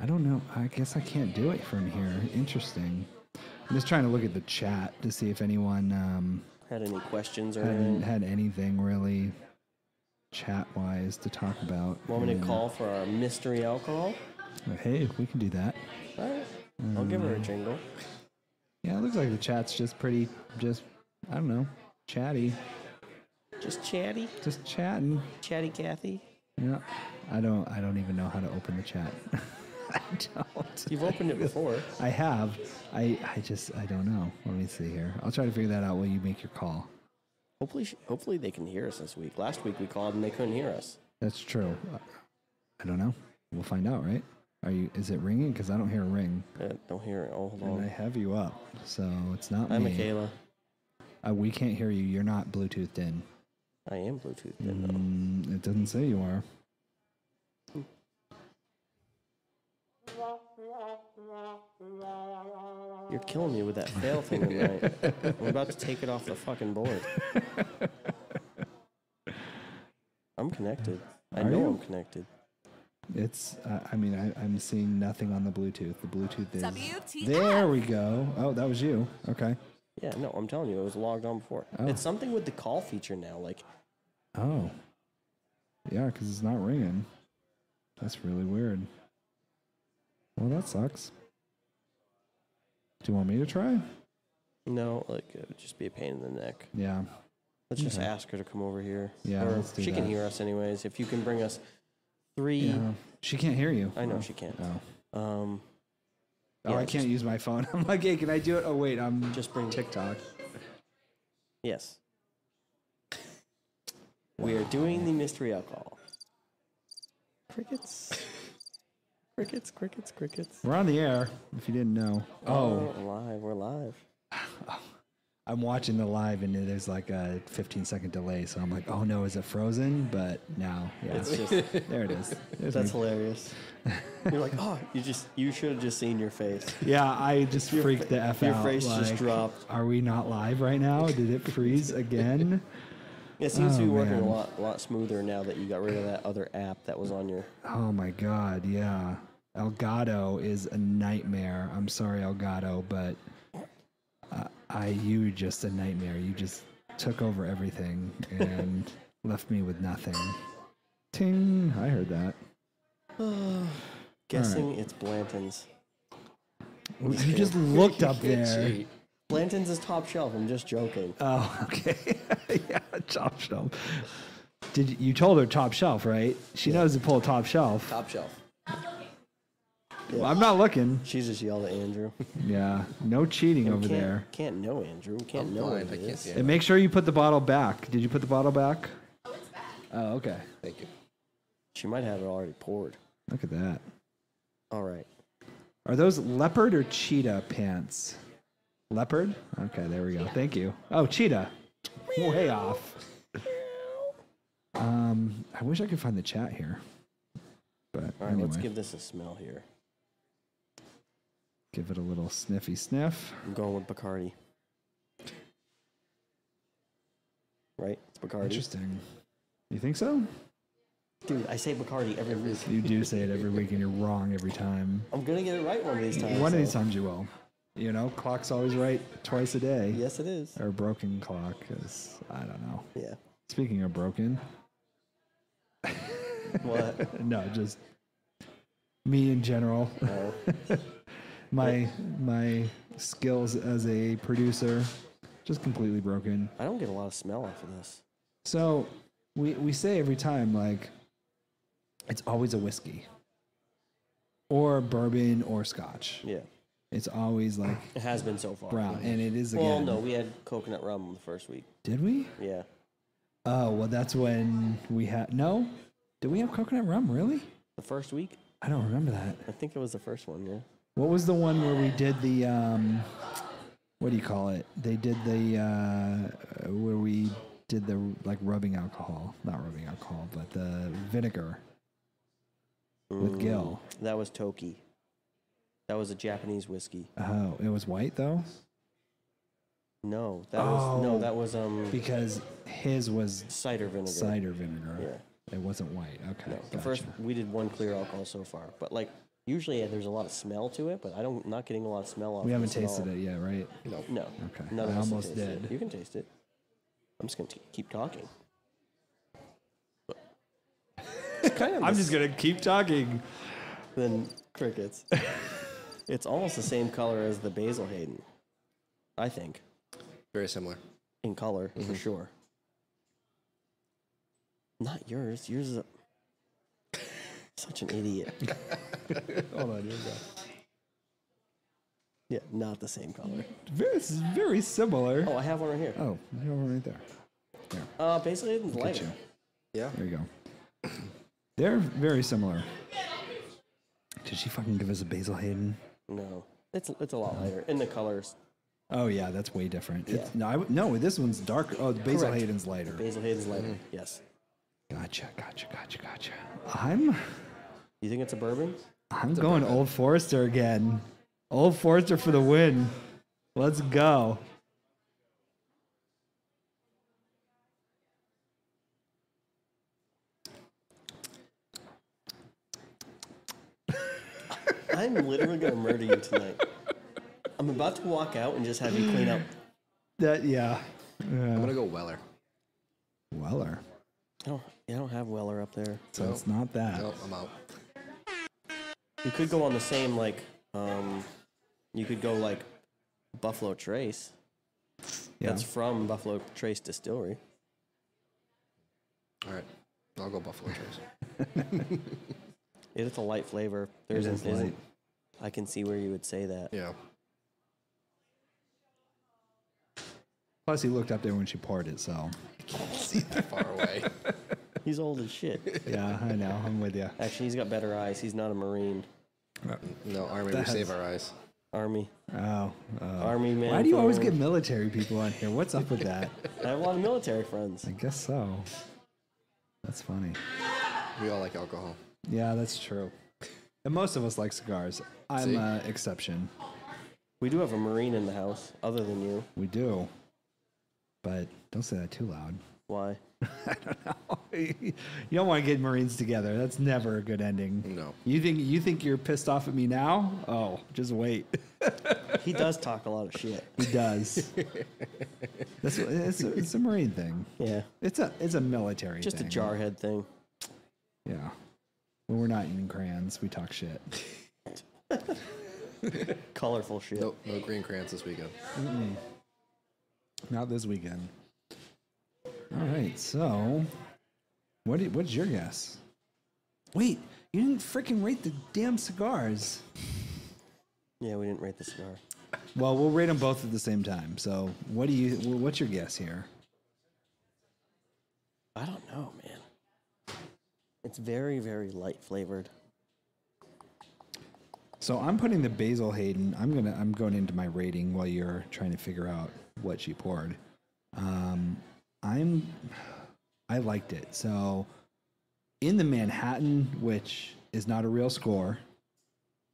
I don't know. I guess I can't do it from here. Interesting. I'm just trying to look at the chat to see if anyone um,
Had any questions or
hadn't
anything?
had anything really chat wise to talk about.
Want me to call for our mystery alcohol?
Hey, we can do that.
All right. I'll give her a jingle.
Yeah, it looks like the chat's just pretty, just I don't know, chatty,
Just chatty,
just chatting.
chatty Kathy.
Yeah, I don't. I don't even know how to open the chat. I don't.
You've opened it before.
I have. I. I just. I don't know. Let me see here. I'll try to figure that out while you make your call.
Hopefully, sh- hopefully they can hear us this week. Last week we called and they couldn't hear us.
That's true. I don't know. We'll find out, right? Are you? Is it ringing? Because I don't hear a ring.
Uh, don't hear it. Oh, hold
And I
on.
have you up, so it's not
Hi,
me.
Michaela.
Uh, we can't hear you. You're not Bluetoothed in.
I am Bluetooth. Then, though.
Mm, it doesn't say you are. Mm.
You're killing me with that fail thing tonight. I'm about to take it off the fucking board. I'm connected. I
Are
know
you?
I'm connected.
It's. Uh, I mean, I, I'm seeing nothing on the Bluetooth. The Bluetooth is.
WTF.
There we go. Oh, that was you. Okay.
Yeah, no, I'm telling you, it was logged on before. It's something with the call feature now. Like,
Oh. Yeah, because it's not ringing. That's really weird. Well, that sucks. Do you want me to try?
no, like it would just be a pain in the neck.
Yeah.
Let's just ask her to come over here.
Yeah,
Or
let's do
she can
that.
hear us anyways. If you can bring us three,
Yeah. She can't hear you.
E. I know she can't.
Oh.
Um,
Oh,
Yeah,
I can't
just-
use my phone. I'm like, hey, can I do it? Oh, wait, I'm
Just bring-
TikTok.
yes. We are doing the mystery alcohol. Crickets. crickets. Crickets. Crickets.
We're on the air, if you didn't know. Oh,
We're live. We're live.
I'm watching the live and there's like a 15 second delay. So I'm like, oh no, is it frozen? But now, yeah.
It's just.
there it is. There's
That's
me.
hilarious. You're like, oh, you just you should have just seen your face.
Yeah, I just freaked the F
your
out.
face just dropped.
Are we not live right now? Did it freeze again?
It seems to
Oh,
be working
man.
a lot lot smoother now that you got rid of that other app that was on your.
Oh my god, yeah. Elgato is a nightmare. I'm sorry, Elgato, but uh, I, I you just a nightmare. You just took over everything and left me with nothing. Ting, I heard that.
Guessing it's Blanton's.
You just looked up there.
Blanton's is top shelf. I'm just joking.
Oh, okay. yeah, top shelf. Did you, you told her top shelf, right? She knows to pull top shelf.
Top shelf.
Well, I'm not looking.
She just yelled at Andrew.
Yeah, no cheating over
can't,
there.
Can't know Andrew. We can't know
Blind,
what it
I can't
is.
see
And
anything.
make sure you put the bottle back. Did you put the bottle back? Oh, it's back. Oh, okay.
Thank you.
She might have it already poured.
Look at that.
All right.
Are those leopard or cheetah pants? Leopard? Okay, there we go. Thank you. Oh, cheetah. Way off. Um, I wish I could find the chat here. But
All right.
anyway,
Let's give this a smell here.
give it a little sniffy sniff.
I'm going with Bacardi. Right? It's Bacardi.
Interesting. You think so?
Dude, I say Bacardi every week.
You do say it every week and you're wrong every time.
I'm gonna get it right one of these times.
One of
though.
these times you will. You know, clock's always right twice a day.
Yes, it is.
Or broken clock is, I don't know.
Yeah.
Speaking of broken,
What?
no, just me in general.
Oh.
my my skills as a producer just completely broken.
I don't get a lot of smell off of this.
So we we say every time like it's always a whiskey or bourbon or scotch.
Yeah.
It's always like
It has been so far.
brown, and it is again.
Well, no, we had coconut rum the first week.
Did we?
Yeah.
Oh well, that's when we had no. Did we have coconut rum? Really?
The first week?
I don't remember that.
I think it was the first one, yeah.
What was the one where we did the um, what do you call it? They did the uh, where we did the like rubbing alcohol, not rubbing alcohol, but the vinegar with Gil.
Mm. That was Toki. That was a Japanese whiskey.
Oh, it was white though,
No, that was
Oh.
no, that was um
because his was
cider vinegar.
cider vinegar.
Yeah.
It wasn't white. Okay.
No, the
gotcha.
first we did one clear alcohol so far, but like usually yeah, there's a lot of smell to it, but I don't not getting a lot of smell off.
we
of
haven't
this at
tasted
all.
it yet, right?
No.
Okay,
None
I
of us have
almost
tasted it.
did.
You can taste it. I'm just gonna t- keep talking. It's kind of. the s-
gonna keep talking.
Then crickets. it's almost the same color as the Basil Hayden, I think,
Very similar.
in color
Mm-hmm.
for sure. Not yours. Yours is a, such an idiot.
Hold on, here we go.
Yeah, not the same color.
Very, it's very similar.
Oh, I have one right here.
Oh, you have one right there.
Uh, Basil Hayden's
Look at
lighter.
you.
Yeah.
There you go. They're very similar. Did she fucking give us a Basil Hayden?
No, it's it's a lot lighter, and the colors.
Oh yeah, that's way different. It's-
Yeah.
no, I w no, this one's darker. Oh, the Basil
Correct.
Hayden's lighter.
Basil Hayden's lighter.
Mm-hmm.
Yes.
Gotcha, gotcha, gotcha, gotcha. I'm,
You think it's a bourbon?
I'm going Old Forester again. Old Forester for the win. Let's go.
I'm literally gonna murder you tonight. I'm about to walk out and just have you clean up
That yeah.
I'm gonna go Weller.
Weller.
I don't, I don't have Weller up there.
So it's not that.
No, I'm out.
You could go on the same like, um, you could go like Buffalo Trace.
yeah.
That's from Buffalo Trace Distillery.
All right, I'll go Buffalo Trace.
It's a light flavor. There isn't,
is
isn't-
light.
I can see where you would say that.
Yeah.
Plus, he looked up there when she poured it. So
See that far away.
He's old as shit.
yeah, I know. I'm with you.
Actually, he's got better eyes. He's not a Marine.
No, Army, we
That's-
save our eyes.
Army.
Oh, uh,
Army man.
why do you
from
always
Marine.
get military people on here? What's up with that?
I have a lot of military friends.
I guess so. That's funny.
We all like alcohol.
Yeah, that's true. And most of us like cigars. I'm
See?
an exception.
We do have a Marine in the house, other than you.
We do. But don't say that too loud.
Why?
you don't want to get Marines together. That's never a good ending.
No.
You think you think you're pissed off at me now? Oh, just wait.
He does talk a lot of shit.
He does. That's what- it's, a, it's a Marine thing.
Yeah.
It's a it's a military
Just a
thing.
jarhead thing.
Yeah. When we're not eating crayons, we talk shit.
Colorful shit.
Nope, no green crayons this weekend.
Not this weekend. All right. So, what do- what's your guess? Wait, you didn't freaking rate the damn cigars.
Yeah, we didn't rate the cigar.
Well, we'll rate them both at the same time. So, what do you? wh- What's your guess here?
I don't know, man. It's very, very light flavored.
So I'm putting the Basil Hayden. I'm gonna. I'm going into my rating while you're trying to figure out what she poured. Um, I'm. I liked it. So, in the Manhattan, which is not a real score,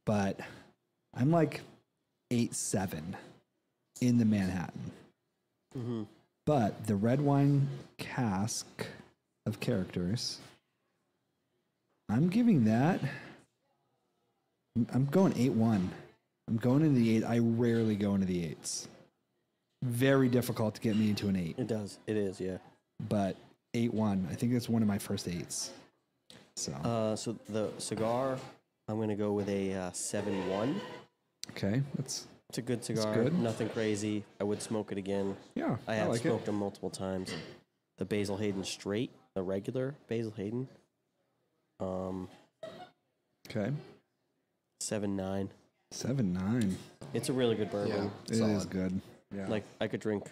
but I'm like eight seven in the Manhattan. But the red wine cask of characters, I'm giving that. I'm- I'm going eight one. I'm going into the eight. I rarely go into the eights. Very difficult to get me into an eight,
It does. It is, yeah.
but eight one. I think that's one of my first eights. So
Uh, so the cigar, I'm going to go with a uh, 7 1.
okay, that's
It's a good cigar.
good.
Nothing crazy. I would smoke it again.
yeah.
I have smoked them multiple times. The Basil Hayden straight, the regular Basil Hayden, um,
Okay,
seven nine.
seven nine.
It's a really good
Yeah,
bourbon.
It is
solid.
good. Yeah.
Like I could drink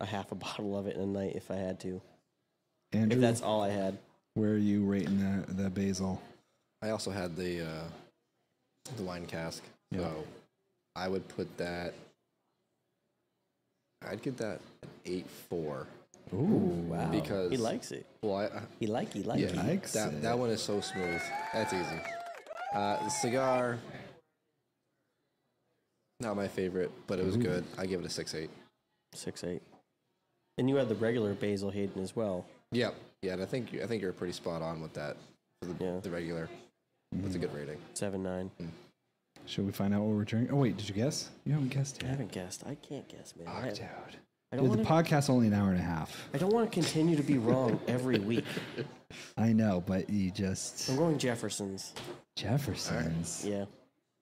a half a bottle of it in a night if I had to.
Andrew,
If that's all I had.
where are you rating the the basil?
I also had the uh, the wine cask, so I would put that. I'd get that an eight four
Ooh,
Wow.
because
he likes it.
Well, I, I-
He like he like.
yeah,
it.
likes
that
it.
that one is so smooth. That's easy. Uh, the cigar, not my favorite, but it was good. I give it a six eight.
Six eight. And you had the regular Basil Hayden as well.
Yep. Yeah, and I think you- I think you're pretty spot on with that. For the,
Yeah. Mm-hmm.
the regular, that's a good rating.
Seven nine.
Should we find out what we're drinking? Oh wait, did you guess? You haven't guessed
I
yet.
haven't guessed. I can't guess, man. I,
Dude,
I don't
Dude the
want to.
podcast's only an hour and a half.
I don't want to continue to be wrong every week.
I know, but you just
I'm going Jefferson's.
Jefferson's.
Yeah.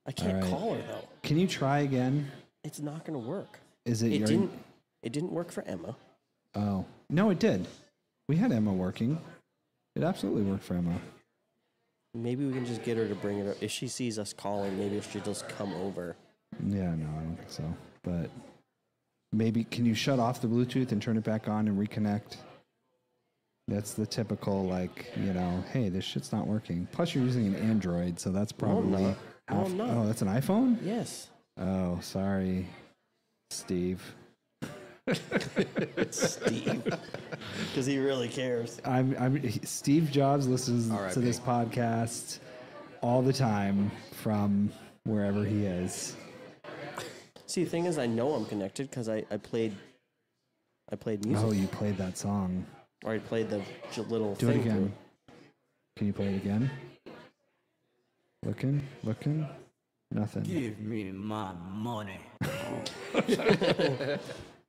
I can't
right.
call her though.
Can you try again?
It's not going to work.
Is it,
It
your?
didn't. It didn't work for Emma.
Oh no, it did. We had Emma working. It absolutely worked for Emma.
Maybe we can just get her to bring it up. If she sees us calling, maybe if she just come over.
Yeah, no, I don't think so. But maybe can you shut off the Bluetooth and turn it back on and reconnect? That's the typical like you know, hey, this shit's not working. Plus, you're using an Android, so that's probably
not. No,
half-
I'm not.
oh, that's an iPhone.
Yes.
Oh, sorry, Steve.
Steve. Because he really cares.
I'm, I'm Steve Jobs listens to
R.I.P..
this podcast all the time from wherever he is.
See, the thing is, I know I'm connected because I, I played. I played music.
Oh, you played that song.
Or I played the j- little
Do
thing.
it
through.
again. Can you play it again? Looking, looking, nothing.
Give me my money.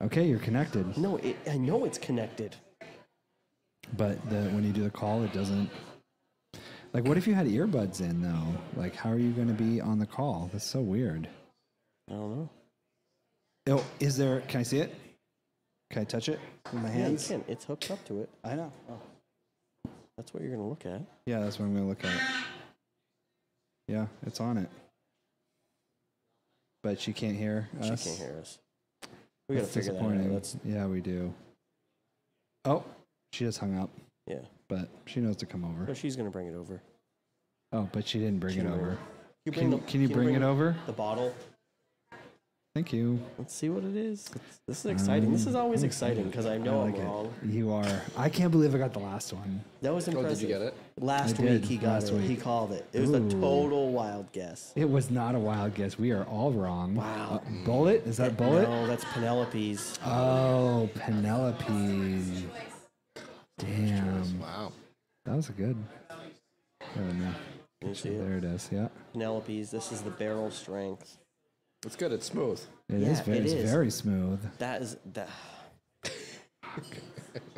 Okay, you're connected,
No, it, I know it's connected.
but the, when you do the call, it doesn't. Like, what if you had earbuds in though? Like, how are you going to be on the call? That's so weird.
I don't know.
Oh, is there? Can I see it? Can I touch it with my
Yeah, you
hands?
can. It's hooked up to it.
I know.
That's what you're gonna look at.
Yeah, that's what I'm gonna look at. Yeah, it's on it. But she can't hear
She
us.
can't hear us. We gotta
That's
figure that out.
disappointing.
That's
yeah, we do. Oh, she just hung up,
yeah.
but she knows to come
No,
over.
she's gonna bring it over.
Oh, but she didn't bring
She
it
didn't bring
over.
it. You
Can, can you bring it over?
The bottle.
Thank you.
Let's see what it is. It's- This is exciting. This is always exciting because I know I am wrong.
Mm, it. You are. I can't believe I got the last one.
That was
Oh,
impressive.
did you get it?
Last
I
week
did,
he got
last
it. He
week.
called it. It was a total wild guess.
It was not a wild guess. We are all wrong. Wow. bullet? Is that bullet?
No, that's Penelope's.
Oh, Penelope. Damn.
Wow.
That was a good. I don't know.
You see it?
There it is. Yeah.
Penelope's. This is the barrel strength.
It's good. It's smooth.
It is
Yeah,
very,
it
it's
is.
very smooth.
That is that.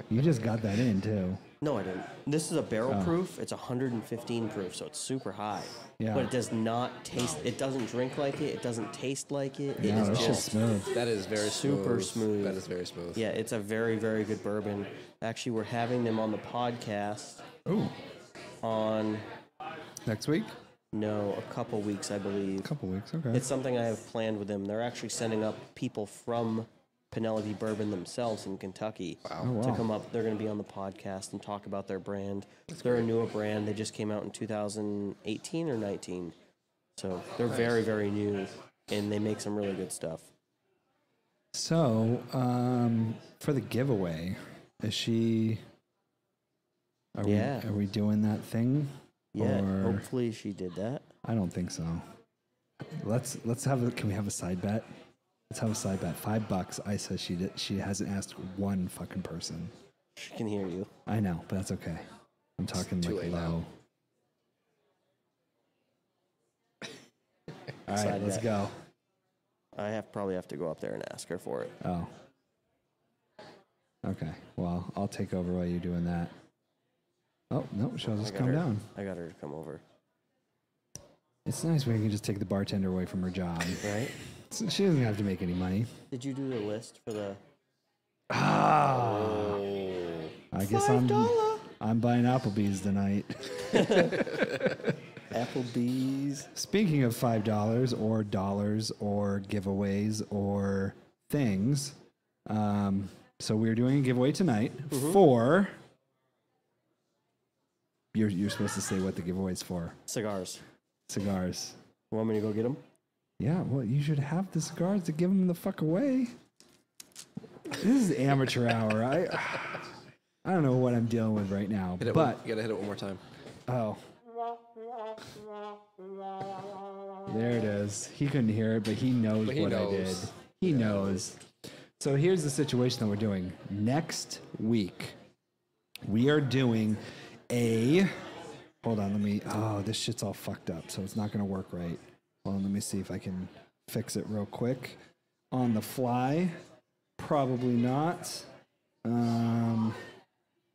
You just got that in too.
No, I didn't. This is a barrel proof. It's 115 proof, so it's super high.
Yeah.
But it does not taste. It doesn't drink like it. It doesn't taste like it.
Yeah,
it is
that's
just
just smooth.
That is very
Super smooth.
That is very smooth.
Yeah, it's a very, very good bourbon. Actually, we're having them on the podcast
Ooh.
on
Next week?
no a couple weeks, I believe.
A couple weeks. Okay.
It's something I have planned with them. They're actually sending up people from Penelope Bourbon themselves in Kentucky to
wow.
come up. They're going to be on the podcast and talk about their brand. They're a newer brand. They just came out in 2018 or 19, so they're very, very new, and they make some really good stuff.
So, um, for the giveaway, is she? Are
Yeah.
we are we doing that thing?
Yeah,
Or-
hopefully she did that.
I don't think so. Let's let's have a. Can we have a side bet? Let's have a side bet. Five bucks. I says she did, she hasn't asked one fucking person.
She can hear you.
I know, but that's okay. I'm talking
too
like
late
low.
now.
All right, let's
bet.
go.
I have probably have to go up there and ask her for it.
Oh. Okay. Well, I'll take over while you're doing that. Oh no, she'll
I
just
got
come
her-
down.
I got her to come over.
It's nice when you can just take the bartender away from her job.
Right?
So she doesn't have to make any money.
Did you do the list for the?
Ah, I guess I'm
$5.
I'm buying Applebee's tonight.
Applebee's.
Speaking of five dollars or dollars or giveaways or things, um, so we're doing a giveaway tonight
Mm-hmm.
for. You're you're supposed to say what the giveaway's for.
Cigars.
Cigars.
You want me to go get them?
Yeah, well, you should have the cigars to give them the fuck away. This is amateur hour. I I don't know what I'm dealing with right now,
Hit it
but
one, you gotta hit it one more time.
oh, there it is. He couldn't hear it, but he knows
But he
what I did.
knows.
He knows. So here's the situation that we're doing next week. We are doing a. Hold on, let me. Oh, this shit's all fucked up, so it's not gonna work right. Hold on, let me see if I can fix it real quick. On the fly, probably not. Um,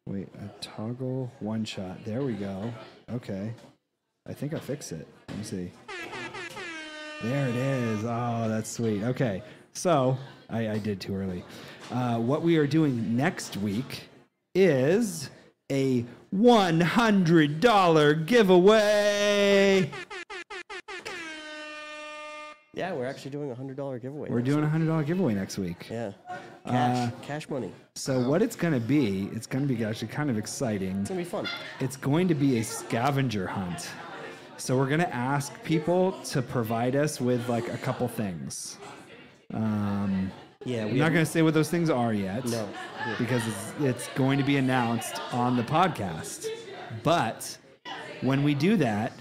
wait, a toggle one shot. There we go. Okay, I think I fixed it. Let me see. There it is. Oh, that's sweet. Okay. So I, I did too early. Uh, what we are doing next week is a $100 giveaway.
Yeah, we're actually doing a hundred dollar giveaway.
We're doing a $100 giveaway next week.
Yeah. Cash. cash money. It's
So, what Uh, it's going to be, it's going to be actually kind of exciting.
gonna be fun.
It's going to be a scavenger hunt. So, we're going to ask people to provide us with like a couple things. Um,
Yeah,
I'm
we
not
have-
going to say what those things are yet.
No.
Because it's, it's going to be announced on the podcast. But when we do that,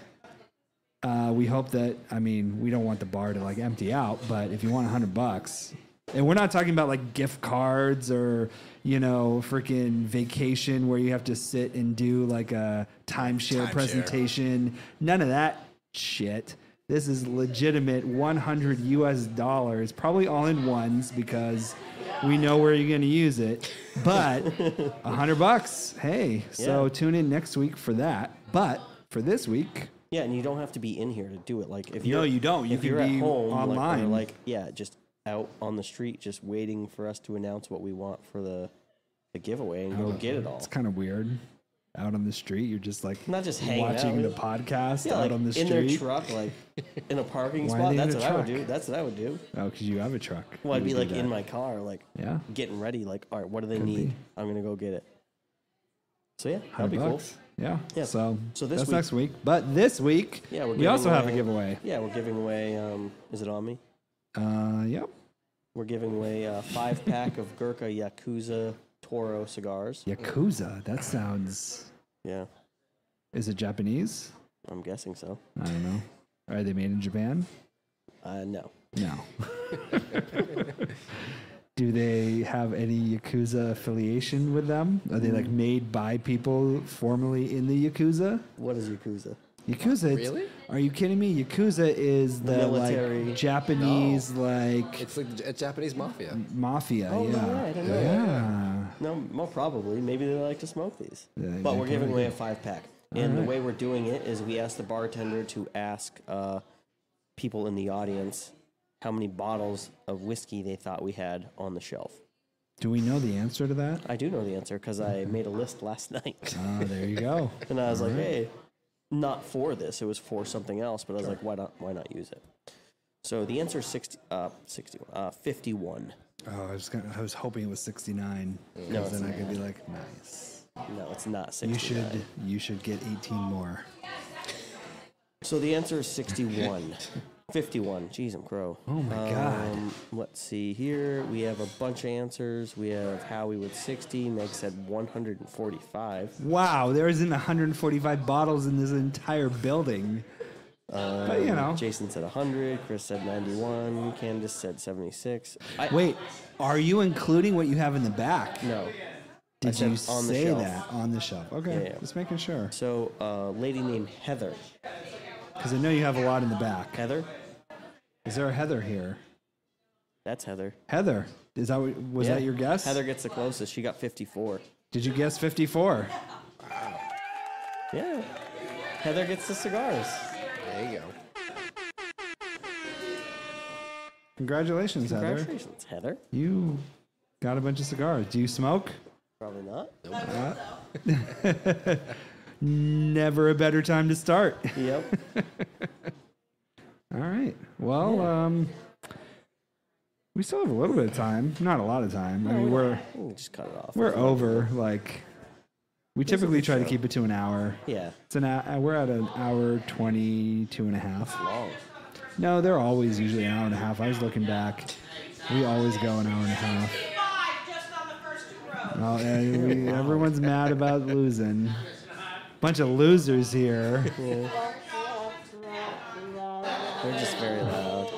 uh, we hope that, I mean, we don't want the bar to like empty out, but if you want 100 bucks, and we're not talking about like gift cards or, you know, freaking vacation where you have to sit and do like a timeshare presentation. None of that shit. This is legitimate 100 US dollars, probably all in ones because We know where you're going to use it, but a hundred bucks. Hey, so
Yeah.
tune in next week for that. But for this week,
Yeah, and you don't have to be in here to do it. Like if
No,
you're,
you don't. You
if
can
you're
be
at home, like, or,
online.
Like, yeah, just out on the street, just waiting for us to announce what we want for the the giveaway, and go get it all.
Oh, it's kind of weird. Out on the street, you're just like
Not just hanging
watching
out.
the podcast
yeah,
out
like
on the
in their
street.
truck, like in a parking
Why are
spot.
they in
That's
a
what I would
truck?
do. That's what I would do.
Oh, because you have a truck.
Well, I'd
You
be
would
like
do
in
that.
my car, like
Yeah.
getting ready. Like, all right, what do they need? I'm gonna go get it. So yeah, that'd be
100
cool.
bucks. Yeah.
Yeah.
So,
So this
that's
week-
next week. But this week,
Yeah, we're
we also
giving
have a giveaway.
Yeah, we're giving away. Um, is it on me?
Uh, yep.
We're giving away a five pack of Gurkha Yakuza Toro cigars.
Yakuza. That sounds.
Yeah,
Is it Japanese?
I'm guessing so.
I don't know. Are they made in Japan?
Uh, no.
No. Do they have any Yakuza affiliation with them? Are they like made by people formerly in the Yakuza?
What is Yakuza?
Yakuza. it's-
Really?
Are you kidding me? Yakuza is the
Military.
like Japanese like
It's like a Japanese mafia.
mafia.
Oh,
yeah. Uh,
no way, I didn't know that.
yeah.
No, well, probably. Maybe they like to smoke these.
Yeah,
but
they
we're giving
probably
away a five pack. And the way we're doing it is we ask the bartender to ask uh, people in the audience how many bottles of whiskey they thought we had on the shelf.
Do we know the answer to that?
I do know the answer because I made a list last night.
Oh, there you go.
and I was like, hey, not for this. It was for something else. But I was like, why not? Why not use it? So the answer is 60, uh, 61, uh, 51.
Oh, I was gonna, I was hoping it was 69.
No,
No, then
it's
I could be like, nice.
No, it's not 60.
You should you should get 18 more.
So the answer is 61. 51. Jeez, I'm crow. Um,
Oh my God.
Let's see here. We have a bunch of answers. We have Howie with 60. Meg said 145.
Wow, there isn't 145 bottles in this entire building. but you know,
Jason said 100. Chris said 91. Candace said 76. I,
wait, are you including what you have in the back?
No.
Did
said
you
on the
say
shelf.
that on the shelf? Okay,
Yeah, yeah.
just making sure.
So a lady named Heather.
Because I know you have a lot in the back.
Heather?
Is there a Heather here?
That's Heather.
Heather, is that what, was
Yeah.
that your guess?
Heather gets the closest. She got 54.
Did you guess 54?
Yeah. Heather gets the cigars.
There you go.
Congratulations, Heather.
Congratulations, Heather.
You got a bunch of cigars. Do you smoke?
Probably not.
Never a better time to start.
Yep.
All right. Well, um, we still have a little bit of time. Not a lot of time. I mean, we're
We'll just cut it off.
we're over. Like, we typically try to keep it to an hour.
Yeah.
It's an hour. We're at an hour 22 and a half.
Long.
No, they're always usually an hour and a half. I was looking back. We always go an hour and a half.
just on the first two rows.
Oh, and we, everyone's mad about losing. Bunch of losers here.
They're just very loud.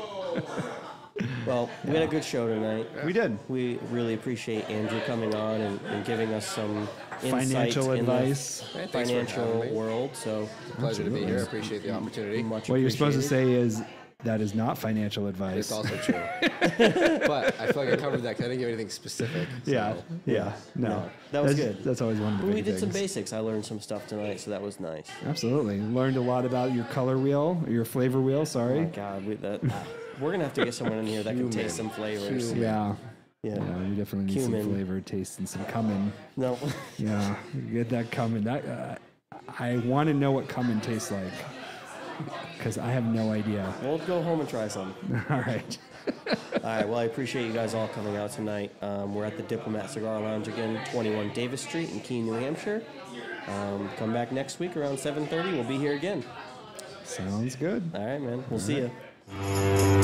well, we had a good show tonight.
We did.
We really appreciate Andrew coming on and, and giving us some insight
Financial
in the
advice.
Hey, thanks for
financial
having me.
world. So
Pleasure to be here. Appreciate the opportunity.
much
What you're supposed to
appreciated.
say is that is not financial
It's
advice.
also true. but I feel like I covered that 'cause I didn't give anything specific.
Yeah,
so-
yeah, no.
No, that was
that's,
good.
That's always one of the
But we
big
did some
things.
basics. I learned some stuff tonight, so that was nice.
Absolutely. Learned a lot about your color wheel, or your flavor wheel,
Oh my
sorry.
God, we, that, we're gonna have to get someone in here that can taste some flavors.
yeah.
Yeah.
Yeah, we definitely need
Cumin.
some flavor, taste, and some cumin.
No,
Yeah, get that cumin. That, uh, I want to know what cumin tastes like because I have no idea.
we'll go home and try some.
All right.
All right. Well, I appreciate you guys all coming out tonight. Um, we're at the Diplomat Cigar Lounge again, 21 Davis Street in Keene, New Hampshire. Um, come back next week around 7:30. We'll be here again.
Sounds good.
All right, man. We'll see you.